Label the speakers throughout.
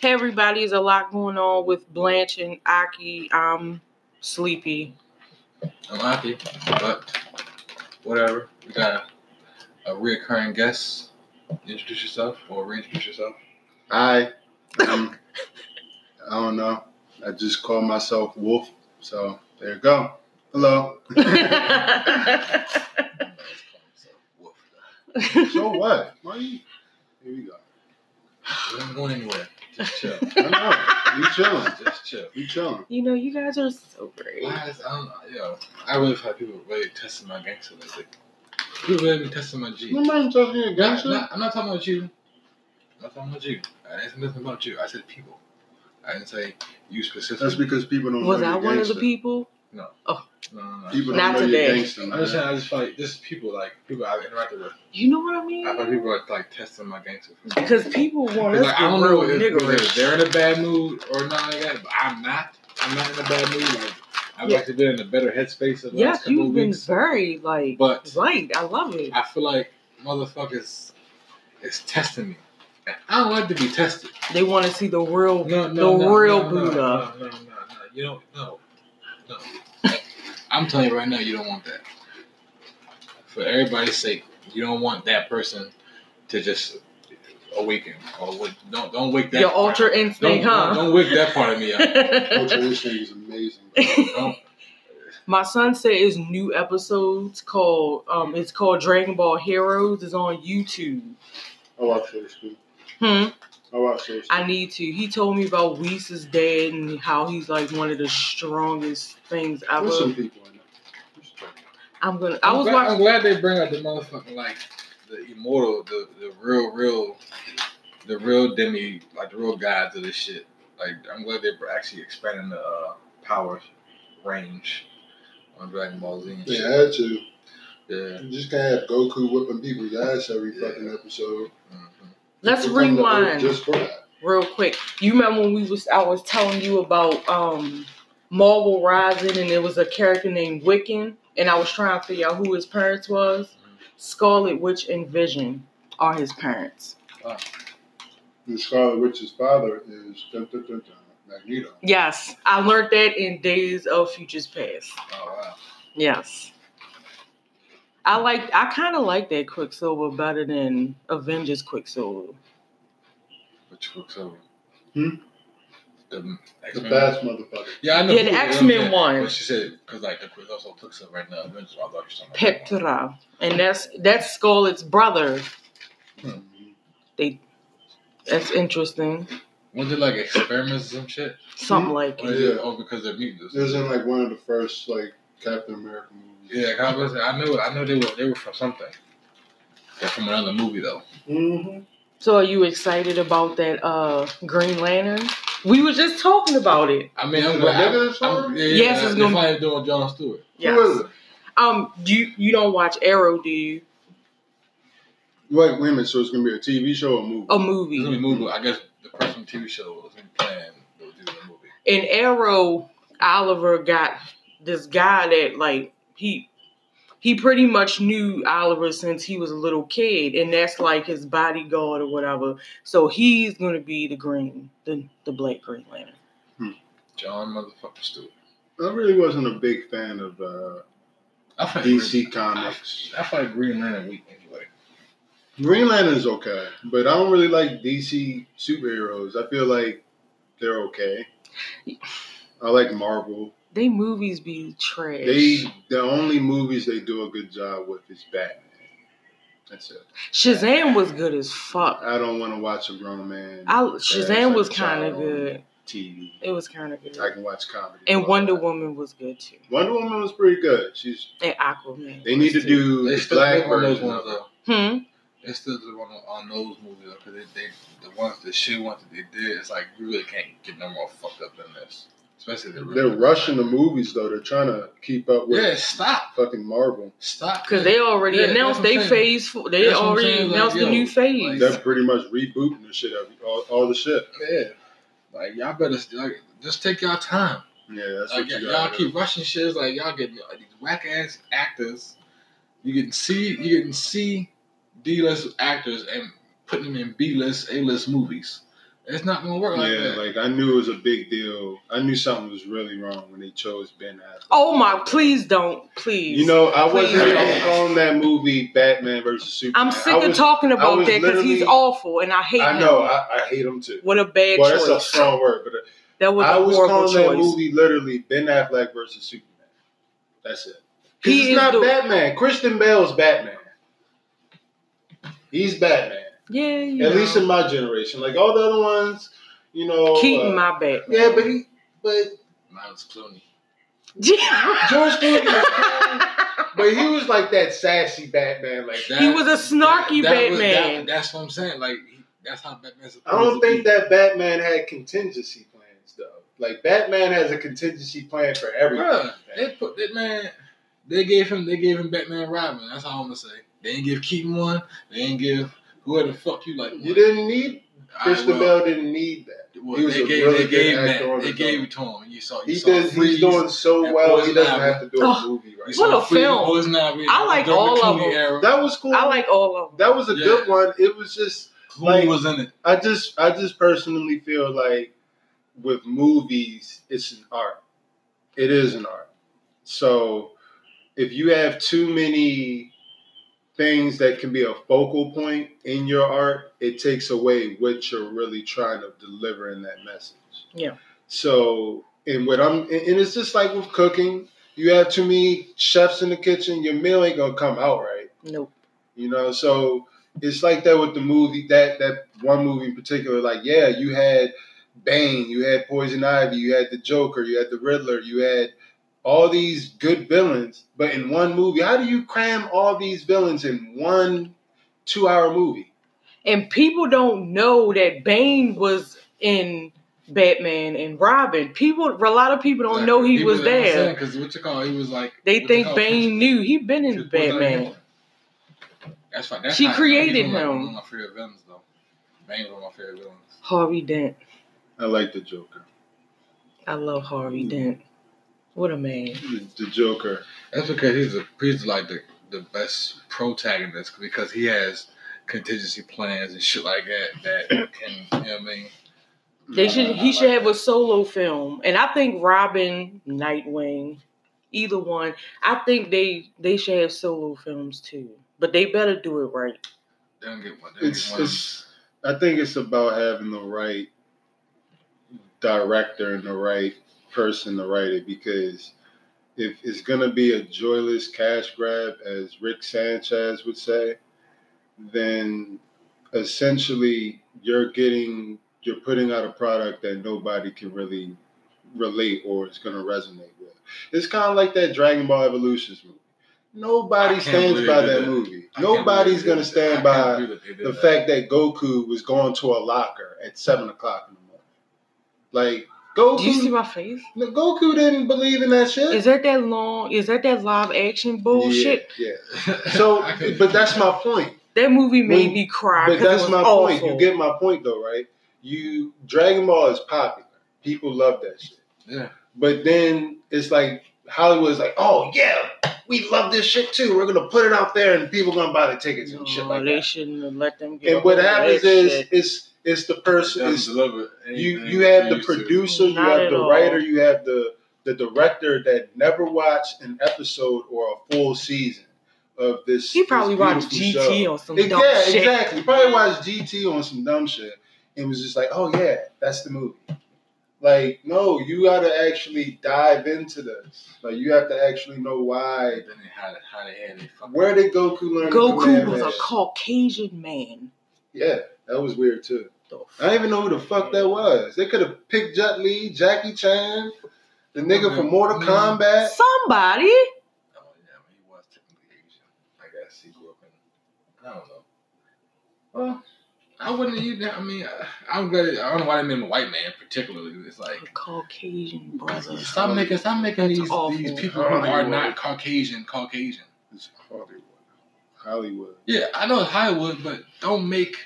Speaker 1: Hey everybody, there's a lot going on with Blanche and Aki. I'm sleepy.
Speaker 2: I'm happy, but whatever. We got a, a reoccurring guest. Introduce yourself or reintroduce yourself.
Speaker 3: I, um, I don't know. I just call myself Wolf. So there you go. Hello.
Speaker 2: Woof.
Speaker 3: so what? Why you? Here we go.
Speaker 2: We ain't going anywhere. Just chill.
Speaker 3: I know. You chilling?
Speaker 2: Just chill.
Speaker 3: You chilling?
Speaker 1: you know, you guys are so great.
Speaker 2: Why is, I don't know, yo, I really have people really testing my gangster music. People really be testing my G.
Speaker 3: Nobody tells you
Speaker 2: Not-
Speaker 3: against you.
Speaker 2: not- I'm not talking about you. I'm not talking about you. I didn't say nothing about you. I said people. I didn't say you
Speaker 3: That's
Speaker 2: specifically.
Speaker 3: because people don't.
Speaker 1: Was
Speaker 3: know
Speaker 1: I
Speaker 3: you're
Speaker 1: one of the
Speaker 3: gangster.
Speaker 1: people?
Speaker 2: no, no, no.
Speaker 3: People don't
Speaker 1: Not
Speaker 3: know you're
Speaker 1: today.
Speaker 3: gangster,
Speaker 2: I just,
Speaker 3: man.
Speaker 2: I just like just people like people I've interacted with.
Speaker 1: You know what I
Speaker 2: I thought
Speaker 1: mean?
Speaker 2: people were like testing my gangster.
Speaker 1: Because people want us
Speaker 2: Like, I
Speaker 1: to
Speaker 2: don't
Speaker 1: be real
Speaker 2: know if, whether
Speaker 1: niggerish.
Speaker 2: they're in a bad mood or not like that, but I'm not. I'm not in a bad mood. Like I've
Speaker 1: Yeah.
Speaker 2: actually been in a better headspace of the last
Speaker 1: Yes,
Speaker 2: couple
Speaker 1: you've
Speaker 2: of
Speaker 1: been
Speaker 2: weeks.
Speaker 1: very like
Speaker 2: But
Speaker 1: right. I love it.
Speaker 2: I feel like motherfuckers is testing me. And I don't like to be tested.
Speaker 1: They want to see the real.
Speaker 2: No, no,
Speaker 1: The
Speaker 2: no,
Speaker 1: real
Speaker 2: no, no,
Speaker 1: Buddha.
Speaker 2: No, no, no, no. You don't. No, no. I'm telling you right now, you don't want that. For everybody's sake, you don't want that person to just awaken or wa- don't don't wake that
Speaker 1: Your
Speaker 2: part-
Speaker 1: ultra
Speaker 2: Don't,
Speaker 1: instinct,
Speaker 2: don't,
Speaker 1: huh?
Speaker 2: don't wake that part of me up.
Speaker 3: Culture Instinct is amazing.
Speaker 2: Don't.
Speaker 1: My son said his new episodes called um it's called Dragon Ball Heroes is on YouTube.
Speaker 3: I watch Soul School.
Speaker 1: Hmm.
Speaker 3: I watch Soul School.
Speaker 1: I need to. He told me about Weese's dad and how he's like one of the strongest things ever.
Speaker 3: There's some people in there.
Speaker 1: I'm gonna. I
Speaker 2: I'm
Speaker 1: was
Speaker 2: glad, I'm
Speaker 1: watching.
Speaker 2: glad they bring out the motherfucking like the immortal, the the real, real, the real demi, like the real gods of this shit. Like I'm glad they're actually expanding the uh, power range on Dragon Ball Z. And
Speaker 3: They
Speaker 2: shit.
Speaker 3: had to.
Speaker 2: Yeah.
Speaker 3: You just can't have Goku whipping people's ass every
Speaker 2: Yeah.
Speaker 3: fucking episode.
Speaker 2: Mhm.
Speaker 1: Let's
Speaker 3: People come to Earth
Speaker 1: rewind
Speaker 3: Just for that.
Speaker 1: real quick. You remember when we was? I was telling you about um Marvel Rising and there was a character named Wiccan and I was trying to figure out who his parents was. Scarlet Witch and Vision are his parents.
Speaker 3: And Scarlet Witch's father is dun, dun, dun, dun, Magneto.
Speaker 1: Yes, I learned that in Days of Futures Past.
Speaker 2: Oh wow.
Speaker 1: Yes. I like I kind of like that Quicksilver better than Avengers Quicksilver.
Speaker 2: Which Quicksilver?
Speaker 3: Hmm?
Speaker 2: The X
Speaker 3: The
Speaker 2: Men.
Speaker 3: fast motherfucker.
Speaker 2: Yeah, I know.
Speaker 1: Yeah, the
Speaker 2: who-
Speaker 1: X Men
Speaker 2: But
Speaker 1: one,
Speaker 2: she said because like the Quick also Quicksilver right now. Avengers, I thought you were talking about that one.
Speaker 1: Petra, and that's that's Scarlet's brother.
Speaker 3: Mhm.
Speaker 1: That's interesting.
Speaker 2: Wasn't it like experiments or some shit?
Speaker 3: Mm-hmm.
Speaker 1: Something like
Speaker 2: Or
Speaker 1: it.
Speaker 2: is it-
Speaker 3: Yeah.
Speaker 2: Oh, because they're mutants.
Speaker 3: It was in like one of the first like Captain America movies.
Speaker 2: Yeah, I was. I knew. I knew they were. They were from something. They're from another movie though.
Speaker 3: Mm-hmm.
Speaker 1: So are you excited about that uh Green Lantern? We were just talking about it.
Speaker 2: I mean, I'm
Speaker 3: Is it a
Speaker 2: glad.
Speaker 3: negative
Speaker 2: I'm-
Speaker 3: story?
Speaker 2: yeah,
Speaker 1: Yes, it's
Speaker 2: they're
Speaker 1: gonna-
Speaker 2: finally doing John Stewart.
Speaker 3: Who is
Speaker 1: Yes.
Speaker 3: it?
Speaker 1: Um, you you don't watch Arrow, do you?
Speaker 3: Wait, wait a minute. So it's gonna be a TV show or movie?
Speaker 1: A
Speaker 2: It's
Speaker 1: movie.
Speaker 2: gonna be movie. I guess the person TV show was gonna be playing. They were doing the movie.
Speaker 1: in Arrow, Oliver got this guy that like he he pretty much knew Oliver since he was a little kid, and that's like his bodyguard or whatever. So he's gonna be the green, the the black Green Lantern.
Speaker 2: John motherfucking Stewart.
Speaker 3: I really wasn't a big fan of uh,
Speaker 2: I find
Speaker 3: DC
Speaker 2: Green-
Speaker 3: comics.
Speaker 2: I, I find Green Lantern weak anyway.
Speaker 3: Green Lantern's okay, but I don't really like DC superheroes. I feel like they're okay. I like Marvel.
Speaker 1: They movies be trash.
Speaker 3: They the only movies they do a good job with is Batman. That's it.
Speaker 1: Shazam was good as fuck.
Speaker 3: I don't want to watch a grown man.
Speaker 1: I,
Speaker 3: crash like
Speaker 1: Shazam was
Speaker 3: a child
Speaker 1: kind of
Speaker 3: on
Speaker 1: good.
Speaker 3: TV.
Speaker 1: It was kind of good.
Speaker 3: I can watch comedy.
Speaker 1: And Wonder Woman was good too.
Speaker 3: Wonder Woman was pretty good. She's
Speaker 1: And Aquaman.
Speaker 3: they need to do
Speaker 2: They
Speaker 3: the
Speaker 2: still
Speaker 3: black
Speaker 2: make one of those
Speaker 3: version
Speaker 2: ones
Speaker 3: of it.
Speaker 2: though.
Speaker 1: Hmm.
Speaker 2: They still do one on those movies because they, they the ones the shit ones that they did. It's like you really can't get no more fucked up than this. Especially the
Speaker 3: They're rushing the movies though. They're trying to keep up with
Speaker 2: Yeah, stop,
Speaker 3: fucking Marvel.
Speaker 2: stop.
Speaker 1: Because they already
Speaker 2: Yeah, that's
Speaker 1: announced
Speaker 2: what I'm
Speaker 1: they
Speaker 2: saying.
Speaker 1: phase. Four, they
Speaker 2: That's what I'm
Speaker 1: already
Speaker 2: saying, like,
Speaker 1: announced
Speaker 2: yo,
Speaker 1: the new phase.
Speaker 3: They're pretty much rebooting the shit out all, all the shit.
Speaker 2: Yeah. Like y'all better like just take y'all time.
Speaker 3: Yeah, that's
Speaker 2: Like,
Speaker 3: what
Speaker 2: y'all
Speaker 3: you got.
Speaker 2: keep rushing shit. It's like y'all getting like, these whack ass actors. You getting C you getting C D list actors and putting them in B list A list movies. It's not gonna work like
Speaker 3: yeah,
Speaker 2: that.
Speaker 3: like I knew it was a big deal. I knew something was really wrong when they chose Ben Affleck.
Speaker 1: Oh my! Please don't, please.
Speaker 3: You know, I wasn't
Speaker 1: Please.
Speaker 3: on, on that movie Batman versus Superman.
Speaker 1: I'm sick
Speaker 3: I
Speaker 1: of
Speaker 3: was-
Speaker 1: talking about
Speaker 3: was
Speaker 1: that because he's
Speaker 3: literally-
Speaker 1: awful, and I hate
Speaker 3: I
Speaker 1: him.
Speaker 3: know. I, I hate him too.
Speaker 1: What a bad
Speaker 3: Well, that's a
Speaker 1: choice.
Speaker 3: strong word, but
Speaker 1: that was a
Speaker 3: I was
Speaker 1: horrible
Speaker 3: calling that
Speaker 1: choice.
Speaker 3: movie literally Ben Affleck versus Superman. That's it. 'Cause
Speaker 1: He
Speaker 3: it's
Speaker 1: is
Speaker 3: not
Speaker 1: the-
Speaker 3: Batman. Christian Bale's Batman. He's Batman.
Speaker 1: Yeah, you
Speaker 3: At
Speaker 1: know.
Speaker 3: least in my generation. Like all the other ones, you know.
Speaker 1: Keaton,
Speaker 3: uh,
Speaker 1: my bad.
Speaker 3: yeah, but he, but
Speaker 2: Miles Clooney.
Speaker 3: George Clooney, was cool, but he was like that sassy Batman. Like
Speaker 2: That-
Speaker 1: He was a snarky
Speaker 2: was-
Speaker 1: Batman.
Speaker 2: that's what I'm saying. Like he- that's how Batman's.
Speaker 3: I don't think that Batman had contingency plans though. Like Batman has a contingency plan for everything.
Speaker 2: Bruh, they put that man. They gave him. They gave him Batman and Robin. That's all I'm gonna say. They didn't give Keaton one. They didn't give whoever the fuck you like. One.
Speaker 3: You didn't need
Speaker 2: All right,
Speaker 3: Christian
Speaker 2: well,
Speaker 3: Bale didn't need that.
Speaker 2: well,
Speaker 3: he was
Speaker 2: they
Speaker 3: a
Speaker 2: gave,
Speaker 3: really
Speaker 2: they
Speaker 3: good
Speaker 2: gave
Speaker 3: actor on
Speaker 2: that. They
Speaker 3: his
Speaker 2: gave
Speaker 3: own.
Speaker 2: it to him. You saw. You
Speaker 3: He
Speaker 2: saw
Speaker 3: does, he's
Speaker 2: Freeze.
Speaker 3: doing so
Speaker 2: and
Speaker 3: well. He
Speaker 2: Poison
Speaker 3: doesn't
Speaker 2: Ivy.
Speaker 3: have to do a
Speaker 1: Oh.
Speaker 3: movie right.
Speaker 2: You
Speaker 1: What
Speaker 2: saw
Speaker 1: a
Speaker 2: Freeze,
Speaker 1: film.
Speaker 2: Poison Ivy,
Speaker 1: I like
Speaker 2: Dermot
Speaker 1: all of
Speaker 2: Clooney
Speaker 1: them.
Speaker 2: era.
Speaker 3: That was cool.
Speaker 1: I like all of them.
Speaker 3: that was a
Speaker 2: Yeah.
Speaker 3: good one. It was just
Speaker 2: Clooney
Speaker 3: like-
Speaker 2: was in it.
Speaker 3: I just I just personally feel like with movies it's an art. It is an art. So if you have too many things that can be a focal point in your art, it takes away what you're really trying to deliver in that message.
Speaker 1: Yeah.
Speaker 3: So and what I'm and and it's just like with cooking. You have too many chefs in the kitchen, your meal ain't gonna come out right.
Speaker 1: Nope.
Speaker 3: You know, so it's like that with the movie that that one movie in particular. Like, yeah, you had Bane, you had Poison Ivy, you had the Joker, you had the Riddler, you had all these good villains, but in one movie, how do you cram all these villains in one two-hour movie?
Speaker 1: And people don't know that Bane was in Batman and Robin. People, a lot of people don't know he, was, there.
Speaker 2: Because what you call, it, he was like.
Speaker 1: They
Speaker 2: what you
Speaker 1: think
Speaker 2: call,
Speaker 1: Bane knew. He been
Speaker 2: She
Speaker 1: in
Speaker 2: was born
Speaker 1: Batman.
Speaker 2: Diane. That's fine. That's
Speaker 1: She
Speaker 2: not-
Speaker 1: created
Speaker 2: he's one of my-
Speaker 1: him.
Speaker 2: One of my favorite villains, though. Bane's one of my favorite villains.
Speaker 1: Harvey Dent.
Speaker 3: I like the Joker.
Speaker 1: I love Harvey Dent. What a man.
Speaker 3: The, the Joker.
Speaker 2: That's because he's a, he's like the, the best protagonist because he has contingency plans and shit like that that can you know what I mean.
Speaker 1: They should.
Speaker 2: I
Speaker 1: He should
Speaker 2: like
Speaker 1: have a solo film, and I think Robin, Nightwing, either one. I think they they should have solo films too, but they better do it right.
Speaker 2: They don't get one. They don't
Speaker 3: It's,
Speaker 2: get one.
Speaker 3: it's I think it's about having the right director and the right person to write it because if it's gonna be a joyless cash grab, as Rick Sanchez would say, then essentially you're getting you're putting out a product that nobody can really relate or is gonna resonate with. It's kind of like that Dragon Ball Evolutions movie.
Speaker 2: I
Speaker 3: Nobody
Speaker 2: can't
Speaker 3: stands
Speaker 2: believe
Speaker 3: by
Speaker 2: they
Speaker 3: that
Speaker 2: did that.
Speaker 3: movie.
Speaker 2: I can't
Speaker 3: Nobody's
Speaker 2: believe they
Speaker 3: gonna
Speaker 2: did that.
Speaker 3: stand
Speaker 2: I can't
Speaker 3: by
Speaker 2: believe that they
Speaker 3: the
Speaker 2: did
Speaker 3: fact that Goku was going to a locker at seven o'clock in the morning. Like Goku,
Speaker 1: Do you Oh, see my face?
Speaker 3: no, Goku didn't believe in that shit.
Speaker 1: Is that that long? Is that that live action bullshit?
Speaker 3: Yeah.
Speaker 2: that.
Speaker 3: yeah. So,
Speaker 2: I couldn't-
Speaker 3: but that's my point.
Speaker 1: That movie made
Speaker 3: Well,
Speaker 1: me cry.
Speaker 3: But
Speaker 1: 'cause it
Speaker 3: that's
Speaker 1: was
Speaker 3: my
Speaker 1: awful.
Speaker 3: point. You get my point though, right? You Dragon Ball is popular. People love that shit.
Speaker 2: Yeah.
Speaker 3: But then it's like Hollywood's like, oh yeah, we love this shit too. We're gonna put it out there, and people gonna buy the tickets
Speaker 1: No,
Speaker 3: and shit like
Speaker 1: Oh, they
Speaker 3: that.
Speaker 1: shouldn't have let them get.
Speaker 3: And what happens is,
Speaker 1: shit.
Speaker 3: it's it's the
Speaker 2: It
Speaker 3: person,
Speaker 2: doesn't
Speaker 3: it's
Speaker 2: deliver
Speaker 3: you
Speaker 2: anything
Speaker 3: you have the
Speaker 2: used to.
Speaker 3: producer, you
Speaker 1: Not
Speaker 3: have
Speaker 1: at
Speaker 3: the
Speaker 1: all.
Speaker 3: writer, you have the the director that never watched an episode or a full season of this.
Speaker 1: he probably
Speaker 3: this
Speaker 1: watched
Speaker 3: beautiful
Speaker 1: GT
Speaker 3: show.
Speaker 1: or some
Speaker 3: It-
Speaker 1: dumb
Speaker 3: yeah,
Speaker 1: shit.
Speaker 3: exactly. Probably watched GT on some dumb shit and was just like, "Oh yeah, that's the movie." Like, no, you got to actually dive into this. Like, you have to actually know why.
Speaker 2: Then they had how they had it. fucking-
Speaker 3: Where did Goku learn?
Speaker 1: Goku
Speaker 3: Command
Speaker 1: was a
Speaker 3: Man?
Speaker 1: Caucasian man.
Speaker 3: Yeah, that was weird too.
Speaker 1: The
Speaker 3: I don't even know who the fuck that was. They could have picked Jet Li, Jackie Chan, the nigga from Mortal
Speaker 2: Mm-hmm.
Speaker 3: Kombat.
Speaker 1: Somebody.
Speaker 2: Oh yeah, I mean, he was technically Asian. I guess he grew up in. I don't know. Well, I wouldn't even. I mean, I, am glad. I don't know why they made him a white man particularly. It's like
Speaker 1: A Caucasian brother.
Speaker 2: stop making stop making
Speaker 1: That's
Speaker 2: these
Speaker 1: awful.
Speaker 2: these people who are not Caucasian Caucasian.
Speaker 3: It's Hollywood. Hollywood.
Speaker 2: Yeah, I know it's Hollywood, but don't make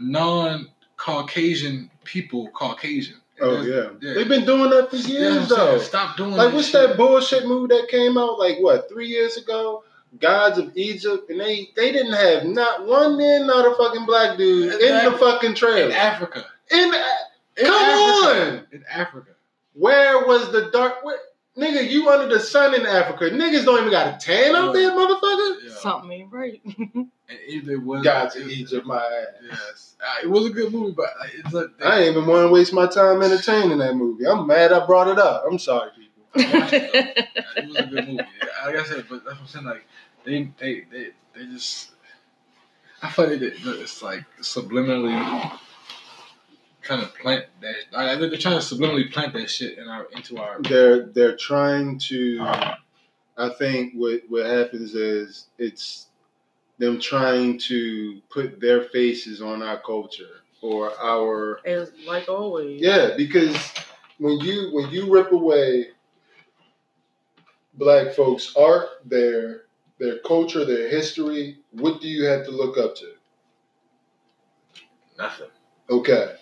Speaker 2: non-Caucasian people Caucasian.
Speaker 3: Oh
Speaker 2: That's-
Speaker 3: yeah.
Speaker 2: yeah.
Speaker 3: they've been doing that for
Speaker 2: You know what I'm saying?
Speaker 3: years though.
Speaker 2: Stop doing
Speaker 3: Like, what's
Speaker 2: shit.
Speaker 3: that bullshit movie that came out like what three years ago? Gods of Egypt, and they they didn't have not one man, not a fucking black dude in the
Speaker 2: Exactly.
Speaker 3: fucking
Speaker 2: in
Speaker 3: trailer.
Speaker 2: Africa.
Speaker 3: In
Speaker 2: In
Speaker 3: Come
Speaker 2: Africa. In Africa.
Speaker 3: where was the dark? Where, nigga, you under the sun in Africa. Niggas don't even got a tan out there, motherfucker.
Speaker 2: Yeah.
Speaker 1: Something ain't right.
Speaker 2: And if it was
Speaker 3: Got to
Speaker 2: it-
Speaker 3: Egypt, my ass.
Speaker 2: Yes, Uh, it was a good movie, but like, it's like
Speaker 3: I ain't even want to waste my time entertaining that movie. I'm mad I brought it up. I'm sorry, people.
Speaker 2: I watched it, though. it was a good movie. Yeah, Like I said, but that's what I'm saying. Like they, they, they, they just. I feel like they, they- it's like subliminally trying to plant that. I, I think they're trying to subliminally plant that shit in our into our.
Speaker 3: They're they're trying to. I think what what happens is it's them trying to put their faces on our culture or our
Speaker 1: As like always.
Speaker 3: Yeah, because when you when you rip away black folks' art, their their culture, their history, what do you have to look up to?
Speaker 2: Nothing.
Speaker 3: Okay.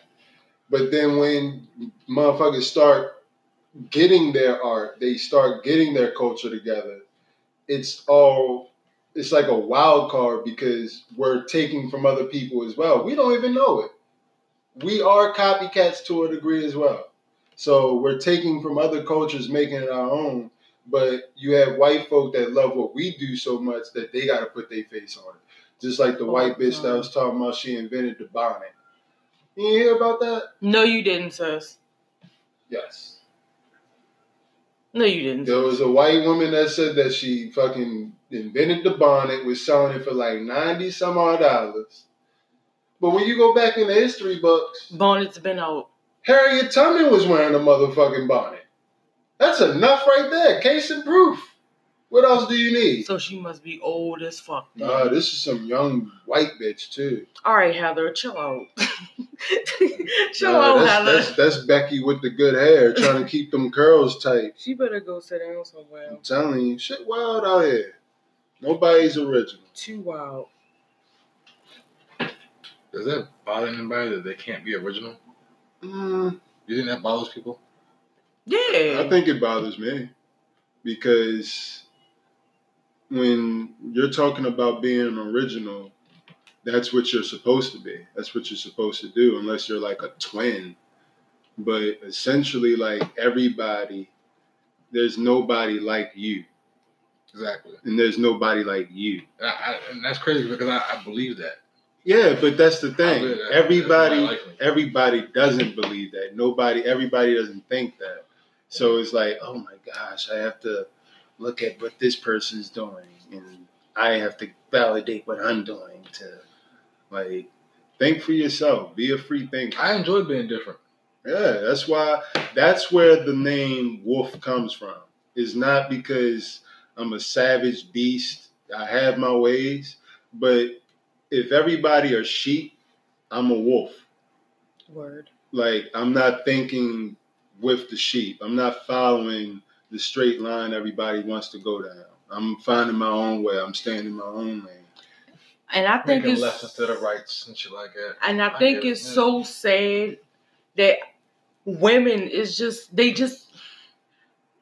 Speaker 3: But then when motherfuckers start getting their art, they start getting their culture together. It's all it's like a wild card because we're taking from other people as well. We don't even know it. We are copycats to a degree as well. So we're taking from other cultures, making it our own. But you have white folk that love what we do so much that they got to put their face on it. Just like the
Speaker 1: Oh,
Speaker 3: white bitch that I
Speaker 1: God.
Speaker 3: was talking about, she invented the bonnet. You hear about that?
Speaker 1: No, you didn't, sis.
Speaker 3: Yes.
Speaker 1: No, you didn't.
Speaker 3: There was a white woman that said that she fucking invented the bonnet, was selling it for like 90 some odd dollars. But when you go back in the history books,
Speaker 1: Bonnet's been out.
Speaker 3: Harriet Tubman was wearing a motherfucking bonnet. That's enough right there. Case and proof. What else do you need?
Speaker 1: So she must be old as fuck.
Speaker 3: Nah, this is some young white bitch too.
Speaker 1: All right, Heather, chill out. chill
Speaker 3: Nah,
Speaker 1: out,
Speaker 3: that's,
Speaker 1: Heather.
Speaker 3: that's, that's Becky with the good hair, trying to keep them curls tight.
Speaker 1: She better go sit down somewhere.
Speaker 3: I'm telling you, shit wild out here. Nobody's original.
Speaker 1: Too wild.
Speaker 2: Does that bother anybody that they can't be original?
Speaker 3: Mm,
Speaker 2: You think that bothers people?
Speaker 1: Yeah.
Speaker 3: I think it bothers me because when you're talking about being original, that's what you're supposed to be. That's what you're supposed to do, unless you're like a twin. But essentially, like everybody, there's nobody like you,
Speaker 2: Exactly.
Speaker 3: and there's nobody like you.
Speaker 2: And, I, I, and that's crazy because I, I believe that.
Speaker 3: Yeah, but that's the
Speaker 2: I
Speaker 3: thing.
Speaker 2: believe that.
Speaker 3: Everybody,
Speaker 2: That's my life.
Speaker 3: everybody doesn't believe that. Nobody, everybody doesn't think that. So it's like, oh my gosh, I have to look at what this person's doing, and I have to validate what I'm doing to, like, think for yourself. Be a free thinker.
Speaker 2: I enjoy being different.
Speaker 3: Yeah, that's why. That's where the name Wolf comes from. It's not because I'm a savage beast. I have my ways, but if everybody are sheep, I'm a wolf.
Speaker 1: Word.
Speaker 3: Like I'm not thinking with the sheep. I'm not following the straight line everybody wants to go down. I'm finding my own way. I'm staying in my own lane.
Speaker 1: And I think
Speaker 2: Making
Speaker 1: it's
Speaker 2: lefts instead of rights and shit like that.
Speaker 1: And I
Speaker 2: I
Speaker 1: think
Speaker 2: get it,
Speaker 1: it's
Speaker 2: yeah.
Speaker 1: so sad that women is just they just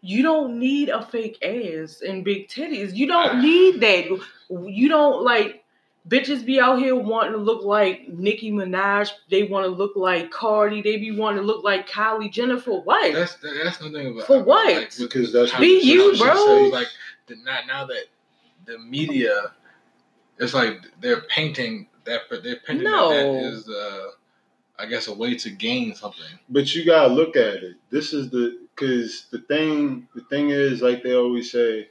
Speaker 1: you don't need a fake ass and big titties. You don't need that. You don't like bitches be out here wanting to look like Nicki Minaj. They want to look like Cardi. They be wanting to look like Kylie Jenner for what?
Speaker 2: That's that, that's nothing about
Speaker 1: For what?
Speaker 2: with-
Speaker 3: Because that's
Speaker 2: how
Speaker 3: what
Speaker 1: Be
Speaker 2: she-
Speaker 1: you,
Speaker 2: how she
Speaker 1: bro.
Speaker 2: says, like the, not now that the media, it's like they're painting that, but they're painting
Speaker 1: No.
Speaker 2: that, that is, uh, I guess, a way to gain something.
Speaker 3: But you gotta look at it. This is the because the thing the thing is like they always say,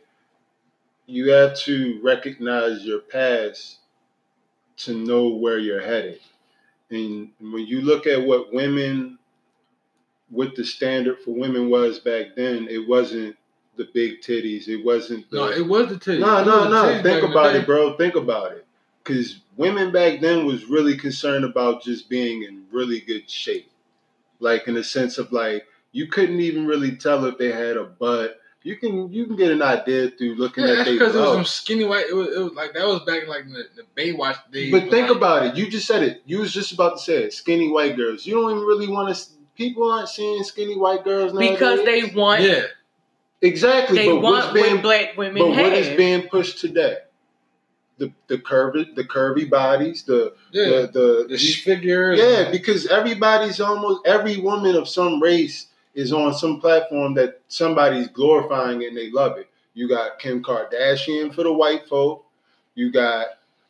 Speaker 3: you have to recognize your past to know where you're headed. And when you look at what women, what the standard for women was back then, it wasn't the big titties. It wasn't the
Speaker 2: No, it was the titties.
Speaker 3: no,
Speaker 2: It was
Speaker 3: no,
Speaker 2: the
Speaker 3: no.
Speaker 2: titties back
Speaker 3: Think
Speaker 2: in the
Speaker 3: about
Speaker 2: day.
Speaker 3: it, bro. Think about it. Because women back then was really concerned about just being in really good shape. Like in the sense of like you couldn't even really tell if they had a butt. You can you can get an idea through looking
Speaker 2: Yeah,
Speaker 3: at
Speaker 2: that's
Speaker 3: their
Speaker 2: because it was some
Speaker 3: butt.
Speaker 2: skinny white. It was, it was like that was back in like the, the Baywatch days.
Speaker 3: But think
Speaker 2: like,
Speaker 3: about it. You just said it. You was just about to say it. Skinny white girls. You don't even really want to. People aren't seeing skinny white girls now
Speaker 1: Because they want
Speaker 2: yeah,
Speaker 3: exactly.
Speaker 1: they
Speaker 3: but
Speaker 1: want
Speaker 3: what's being
Speaker 1: what black
Speaker 3: but
Speaker 1: women
Speaker 3: what is
Speaker 1: have.
Speaker 3: being pushed today? the the curvy the curvy bodies, the
Speaker 2: Yeah,
Speaker 3: the, the,
Speaker 2: the sh- figures.
Speaker 3: yeah, because everybody's almost every woman of some race is on some platform that somebody's glorifying and they love it. You got Kim Kardashian for the white folk. You got,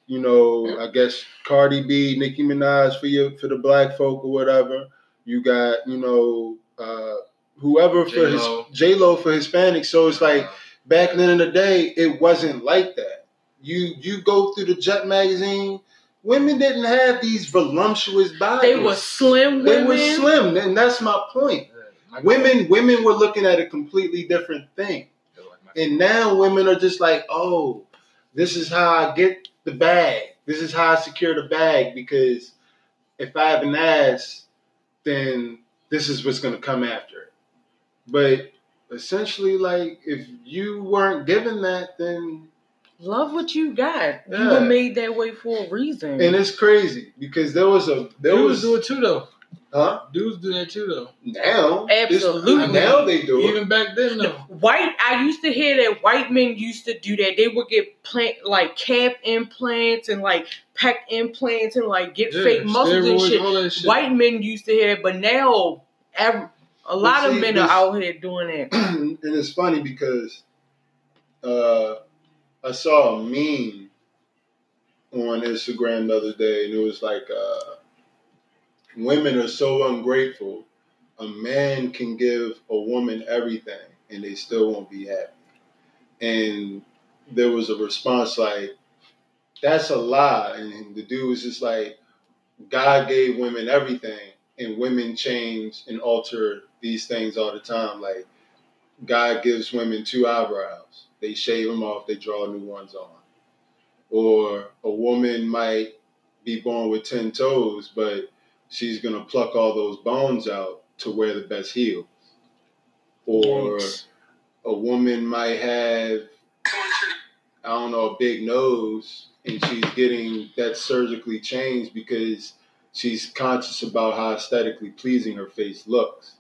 Speaker 3: you know, I guess Cardi B, Nicki Minaj for your for the black folk or whatever. You got, you know, uh, whoever for his
Speaker 2: J-Lo.
Speaker 3: J Lo for Hispanic. So it's like back then in the day, it wasn't like that. You you go through the Jet magazine, women didn't have these voluptuous bodies.
Speaker 1: They were slim
Speaker 3: They
Speaker 1: women.
Speaker 3: were slim, and that's my point. Women women were looking at a completely different thing, and now women are just like, oh, this is how I get the bag. This is how I secure the bag because if I have an ass, then this is what's gonna come after it. But essentially, like if you weren't given that, then
Speaker 1: Love what you got. You
Speaker 3: Yeah.
Speaker 1: were made that way for a reason.
Speaker 3: and it's crazy because there was a there
Speaker 2: Dudes
Speaker 3: was
Speaker 2: do it too, though.
Speaker 3: huh
Speaker 2: Dudes do that too, though.
Speaker 3: now this-
Speaker 1: Absolutely.
Speaker 3: now they do it.
Speaker 2: Even back then, though.
Speaker 1: White, I used to hear that white men used to do that. They would get plant like calf implants and like pec implants and like get
Speaker 2: Yeah,
Speaker 1: fake muscles and
Speaker 2: steroids,
Speaker 1: shit.
Speaker 2: all that shit.
Speaker 1: White men used to hear that, but now ev a lot
Speaker 3: see,
Speaker 1: of men
Speaker 3: this-
Speaker 1: are out here doing that.
Speaker 3: and it's funny because uh, I saw a meme on Instagram the other day, and it was like, uh, "Women are so ungrateful. A man can give a woman everything, and they still won't be happy." And there was a response like, "That's a lie," and the dude was just like, "God gave women everything." And women change and alter these things all the time. Like God gives women two eyebrows. They shave them off, they draw new ones on. Or a woman might be born with 10 toes, but she's going to pluck all those bones out to wear the best heel. Or
Speaker 1: Yikes.
Speaker 3: a woman might have, I don't know, a big nose, and she's getting that surgically changed because she's conscious about how aesthetically pleasing her face looks.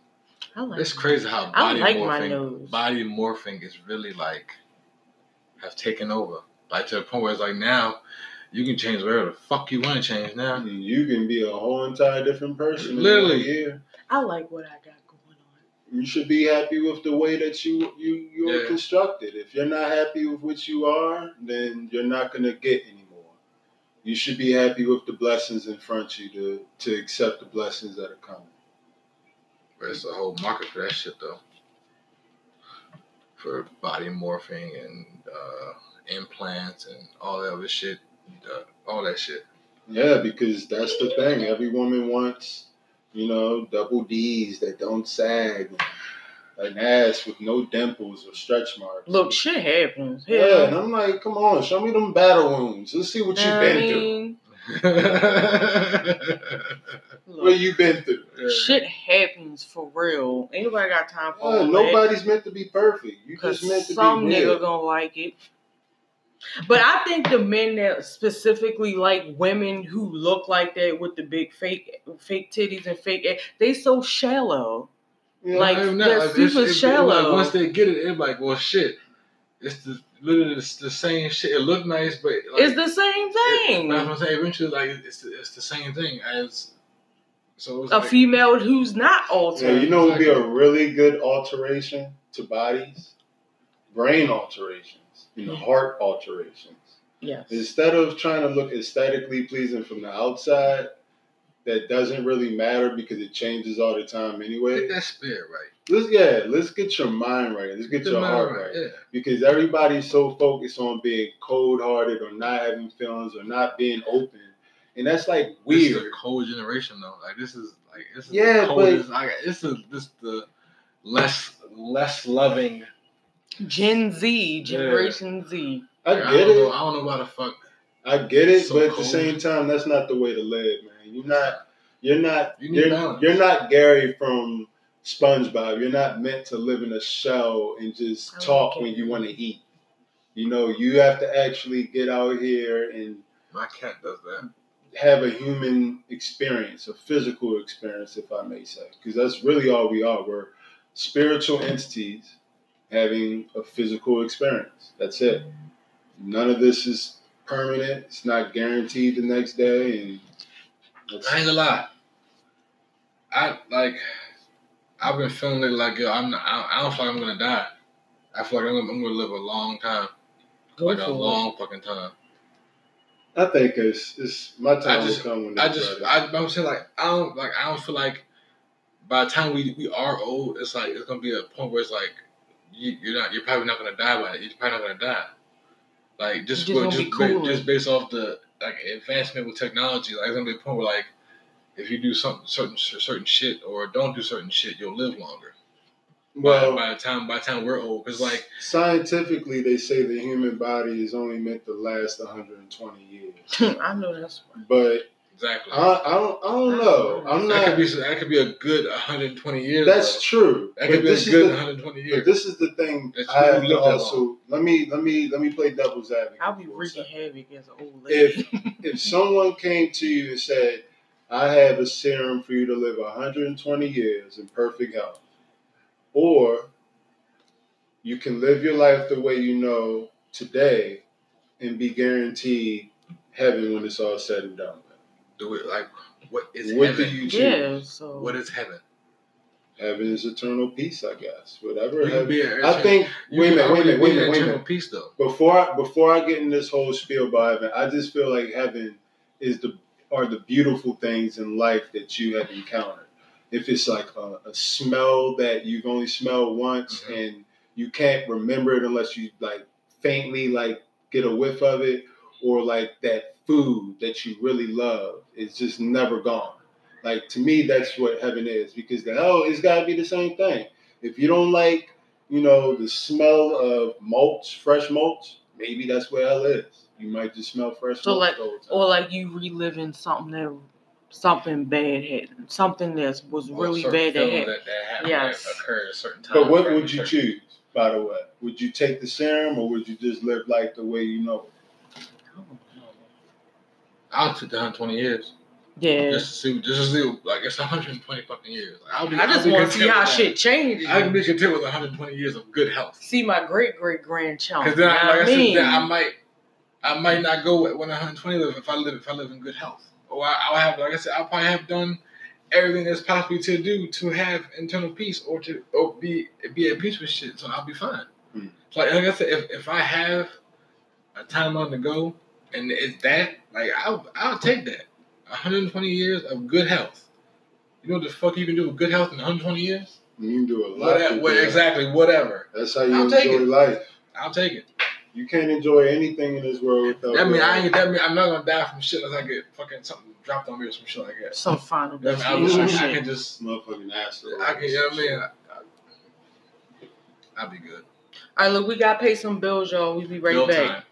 Speaker 1: I like,
Speaker 2: It's crazy how
Speaker 1: I
Speaker 2: body
Speaker 1: like my
Speaker 2: morphing,
Speaker 1: nose.
Speaker 2: body morphing is really like have taken over. Like to the point where it's like now you can change whatever the fuck you want to change
Speaker 3: I
Speaker 2: now.
Speaker 3: mean, you can be a whole entire different person.
Speaker 2: Literally.
Speaker 3: yeah.
Speaker 1: I like what I got going on.
Speaker 3: You should be happy with the way that you you you're
Speaker 2: Yeah.
Speaker 3: constructed. If you're not happy with what you are, then you're not gonna get anymore. You should be happy with the blessings in front of you to to accept the blessings that are coming.
Speaker 2: But it's a whole market for that shit though. For body morphing and uh, implants and all that other shit, uh, all that shit.
Speaker 3: Yeah, because that's the thing. Every woman wants, you know, double D's that don't sag, an ass with no dimples or stretch marks.
Speaker 1: Look, shit happens.
Speaker 3: yeah,
Speaker 1: Hell,
Speaker 3: and I'm like, come on, show me them battle wounds. Let's see what you've
Speaker 1: I
Speaker 3: been through.
Speaker 1: mean, look,
Speaker 3: What you been through.
Speaker 1: shit happens for real. Ain't nobody got time for
Speaker 3: Yeah,
Speaker 1: all that.
Speaker 3: nobody's meant to be perfect. You
Speaker 1: Cause
Speaker 3: just meant to
Speaker 1: some
Speaker 3: be
Speaker 1: nigga
Speaker 3: real.
Speaker 1: gonna like it. But I think the men that specifically like women who look like that with the big fake fake titties and fake ass, they so shallow.
Speaker 3: Yeah.
Speaker 1: like,
Speaker 2: I'm not-
Speaker 1: they're
Speaker 2: it's-
Speaker 1: super
Speaker 2: it's- it's Like,
Speaker 1: shallow.
Speaker 2: once they get it, it's like, well, shit. It's the, literally it's the same shit. It looked nice, but like,
Speaker 1: it's the same
Speaker 2: it-
Speaker 1: thing.
Speaker 2: that's what I'm saying. Eventually, like, it's it's the same thing as. So it's
Speaker 1: a
Speaker 2: like,
Speaker 1: female who's not
Speaker 3: yeah,
Speaker 1: altered.
Speaker 3: you know, would be a really good alteration to bodies, brain alterations, you
Speaker 1: Mm-hmm.
Speaker 3: know, heart alterations.
Speaker 1: yes.
Speaker 3: Instead of trying to look aesthetically pleasing from the outside, that doesn't really matter because it changes all the time
Speaker 2: Get
Speaker 3: anyway.
Speaker 2: that spirit right.
Speaker 3: Let's yeah, let's get your mind right. Let's get your
Speaker 2: mind
Speaker 3: heart right.
Speaker 2: Yeah.
Speaker 3: because everybody's so focused on being cold hearted or not having feelings or not being open. And that's like
Speaker 2: This is
Speaker 3: weird.
Speaker 2: the cold generation though. Like this is like this is
Speaker 3: Yeah,
Speaker 2: the
Speaker 3: but-
Speaker 2: coldest. I got- this is this the less less loving.
Speaker 1: Gen Z, Generation Z.
Speaker 3: I
Speaker 2: Like,
Speaker 3: get
Speaker 2: don't know,
Speaker 3: it.
Speaker 2: I don't know why the fuck.
Speaker 3: I get it,
Speaker 2: So
Speaker 3: but at the
Speaker 2: cold.
Speaker 3: same time, that's not the way to live, man. You're not you're not
Speaker 2: You need
Speaker 3: you're,
Speaker 2: balance.
Speaker 3: you're not Gary from SpongeBob. You're not meant to live in a shell and
Speaker 1: I
Speaker 3: just
Speaker 1: like
Speaker 3: talk
Speaker 1: it.
Speaker 3: when you want to eat. You know, you have to actually get out here and
Speaker 2: My cat does that.
Speaker 3: have a human experience, a physical experience, if I may say, because that's really all we are. We're spiritual entities having a physical experience. That's it. None of this is permanent. It's not guaranteed the next day, and it's-
Speaker 2: I ain't gonna lie. I like. I've been feeling it like yo. I'm. Not, I I don't feel like I'm gonna die. I feel like I'm, gonna- I'm gonna live a long time,
Speaker 1: Go
Speaker 2: like
Speaker 1: for
Speaker 2: a
Speaker 1: it.
Speaker 2: long fucking time.
Speaker 3: I think it's it's my time
Speaker 2: I just-
Speaker 3: will come when
Speaker 2: I
Speaker 3: it's
Speaker 2: just.
Speaker 3: right.
Speaker 2: I, I'm saying like I don't like. I don't feel like by the time we we are old, it's like it's gonna be a point where it's like you, you're not. You're probably not gonna die by it. You're probably not gonna die. Like just
Speaker 1: Just
Speaker 2: but-
Speaker 1: gonna
Speaker 2: just,
Speaker 1: be
Speaker 2: ba-
Speaker 1: cooler.
Speaker 2: just based off the like advancement with technology, like it's gonna be a point where like if you do something certain certain shit or don't do certain shit, you'll live longer. Well,
Speaker 3: well,
Speaker 2: by, the time by the time we're old, because like
Speaker 3: scientifically they say the human body is only meant to last 120 years,
Speaker 1: I know that's
Speaker 3: but
Speaker 2: exactly,
Speaker 3: I, I don't I don't know. I'm
Speaker 2: that could
Speaker 3: not.
Speaker 2: be that could be a good 120 years.
Speaker 3: That's true.
Speaker 2: bro. that
Speaker 3: but
Speaker 2: could be a
Speaker 3: this is
Speaker 2: good
Speaker 3: the
Speaker 2: 120
Speaker 3: But
Speaker 2: years.
Speaker 3: this is the thing.
Speaker 2: That
Speaker 3: I
Speaker 2: you
Speaker 3: have to
Speaker 2: live that
Speaker 3: also let me let me let me play devil's advocate.
Speaker 1: I'll be
Speaker 3: for a
Speaker 1: wreaking
Speaker 3: second.
Speaker 1: havoc as an old lady.
Speaker 3: If if someone came to you and said, "I have a serum for you to live 120 years in perfect health," or you can live your life the way you know today and be guaranteed heaven when it's all said and done.
Speaker 2: Do it like what is
Speaker 3: what
Speaker 2: heaven?
Speaker 3: do you choose?
Speaker 1: yeah, so
Speaker 2: what is heaven?
Speaker 3: Heaven is eternal peace, I guess. Whatever.
Speaker 2: You can
Speaker 3: heaven-
Speaker 2: be an
Speaker 3: I think.
Speaker 2: you
Speaker 3: Wait
Speaker 2: can
Speaker 3: a minute. Wait a
Speaker 2: already
Speaker 3: minute. Wait a
Speaker 2: be
Speaker 3: minute.
Speaker 2: an
Speaker 3: Wait a minute.
Speaker 2: eternal peace though.
Speaker 3: before I, before I get in this whole spiel by heaven, I just feel like heaven is the are the beautiful things in life that you have encountered. If it's like a, a smell that you've only smelled once and you can't remember it unless you like faintly like get a whiff of it, or like that food that you really love is just never gone. Like to me, that's what heaven is because the hell it's got to be the same thing. If you don't like you know, the smell of mulch, fresh mulch, maybe that's where hell is. You might just smell fresh
Speaker 1: So,
Speaker 3: mulch
Speaker 1: like,
Speaker 3: the whole time.
Speaker 1: or like you reliving something that something bad happened, something that was
Speaker 2: Or
Speaker 1: really
Speaker 2: certain
Speaker 1: bad that
Speaker 2: feeling
Speaker 1: happened.
Speaker 2: that, that happened
Speaker 1: Yes.
Speaker 2: that occurred at a certain time.
Speaker 3: but what
Speaker 2: frame,
Speaker 3: would you
Speaker 2: certain-
Speaker 3: choose, by the way? Would you take the serum or would you just live life the way you know?
Speaker 2: I'll take the 120 years
Speaker 1: Yeah,
Speaker 2: just to see just to see like it's 120 fucking years. Like, I'll be,
Speaker 1: I
Speaker 2: I'll
Speaker 1: just
Speaker 2: be
Speaker 1: want to
Speaker 2: content
Speaker 1: see how
Speaker 2: with that.
Speaker 1: shit changes.
Speaker 2: I can be content with 120 years of good health.
Speaker 1: see my great great grandchild.
Speaker 2: Because then, I, like I,
Speaker 1: mean,
Speaker 2: said, then I might, I might not go at when 120 live if I live if I live in good health, or I, I'll have like I said, I'll probably have done everything that's possible to do to have internal peace or to or be be at peace with shit. So I'll be fine.
Speaker 3: Hmm.
Speaker 2: So like, like I said, if, if I have a timeline to go and it's that, like I'll I'll take that. 120 years of good health. You know what the fuck you can do with good health in 120 years?
Speaker 3: You can do a lot.
Speaker 2: Whatever,
Speaker 3: with that.
Speaker 2: exactly, whatever.
Speaker 3: That's how you
Speaker 2: I'll take
Speaker 3: enjoy
Speaker 2: it.
Speaker 3: life.
Speaker 2: I'll take it.
Speaker 3: You can't enjoy anything in this world without.
Speaker 2: That mean
Speaker 3: your-
Speaker 2: I ain't. That mean I'm not gonna die from shit unless I get fucking something dropped on me or some shit like that.
Speaker 1: some final
Speaker 2: That mean, I,
Speaker 3: mean,
Speaker 2: was,
Speaker 1: destination
Speaker 2: I,
Speaker 3: Mm.
Speaker 2: I
Speaker 1: shit.
Speaker 2: can just.
Speaker 3: motherfucking asshole.
Speaker 2: I can. You know what I mean? I, I, I'll be good.
Speaker 1: All right, look, we gotta pay some bills, y'all. We be right
Speaker 2: Bill
Speaker 1: back.
Speaker 2: time.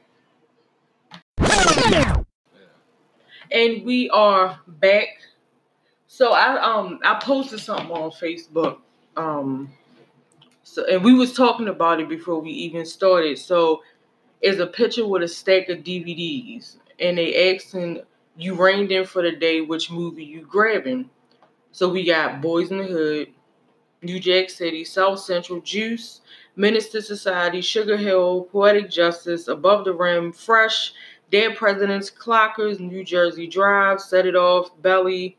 Speaker 1: and we are back. So I um I posted something on Facebook. Um so and we was talking about it before we even started. So it's a picture with a stack of DVDs and they asking you reined in for the day which movie you grabbing. So we got Boys in the Hood, New Jack City, South Central, Juice, Minister Society, Sugar Hill, Poetic Justice, Above the Rim, Fresh, Dead Presidents, Clockers, New Jersey Drive, Set It Off, Belly,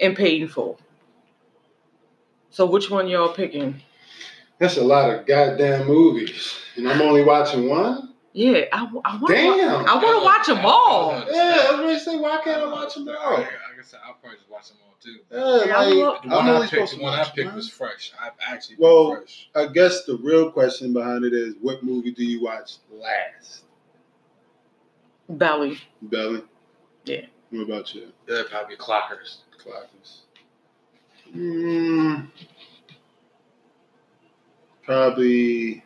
Speaker 1: and Paid in Full. So which one y'all picking?
Speaker 3: That's a lot of goddamn movies, and I'm only watching one.
Speaker 1: Yeah, I, want
Speaker 3: Damn.
Speaker 1: I want to watch them all.
Speaker 3: Yeah, that's what I say. Why can't I watch them
Speaker 2: Oh. I,
Speaker 3: all?
Speaker 2: guess I'll probably just watch them all too.
Speaker 3: Yeah,
Speaker 1: Yeah, I'm
Speaker 3: like,
Speaker 1: look-
Speaker 2: The
Speaker 3: I'm
Speaker 2: one I
Speaker 3: only
Speaker 2: picked,
Speaker 3: supposed
Speaker 2: the
Speaker 3: to
Speaker 2: one I
Speaker 3: watch
Speaker 2: picked
Speaker 3: one.
Speaker 2: was fresh. I've actually been
Speaker 3: Well,
Speaker 2: fresh.
Speaker 3: I guess the real question behind it is what movie do you watch last?
Speaker 1: Belly.
Speaker 3: Belly?
Speaker 1: Yeah.
Speaker 3: What about you?
Speaker 2: That'd probably be clockers.
Speaker 3: Clockers. Mm, probably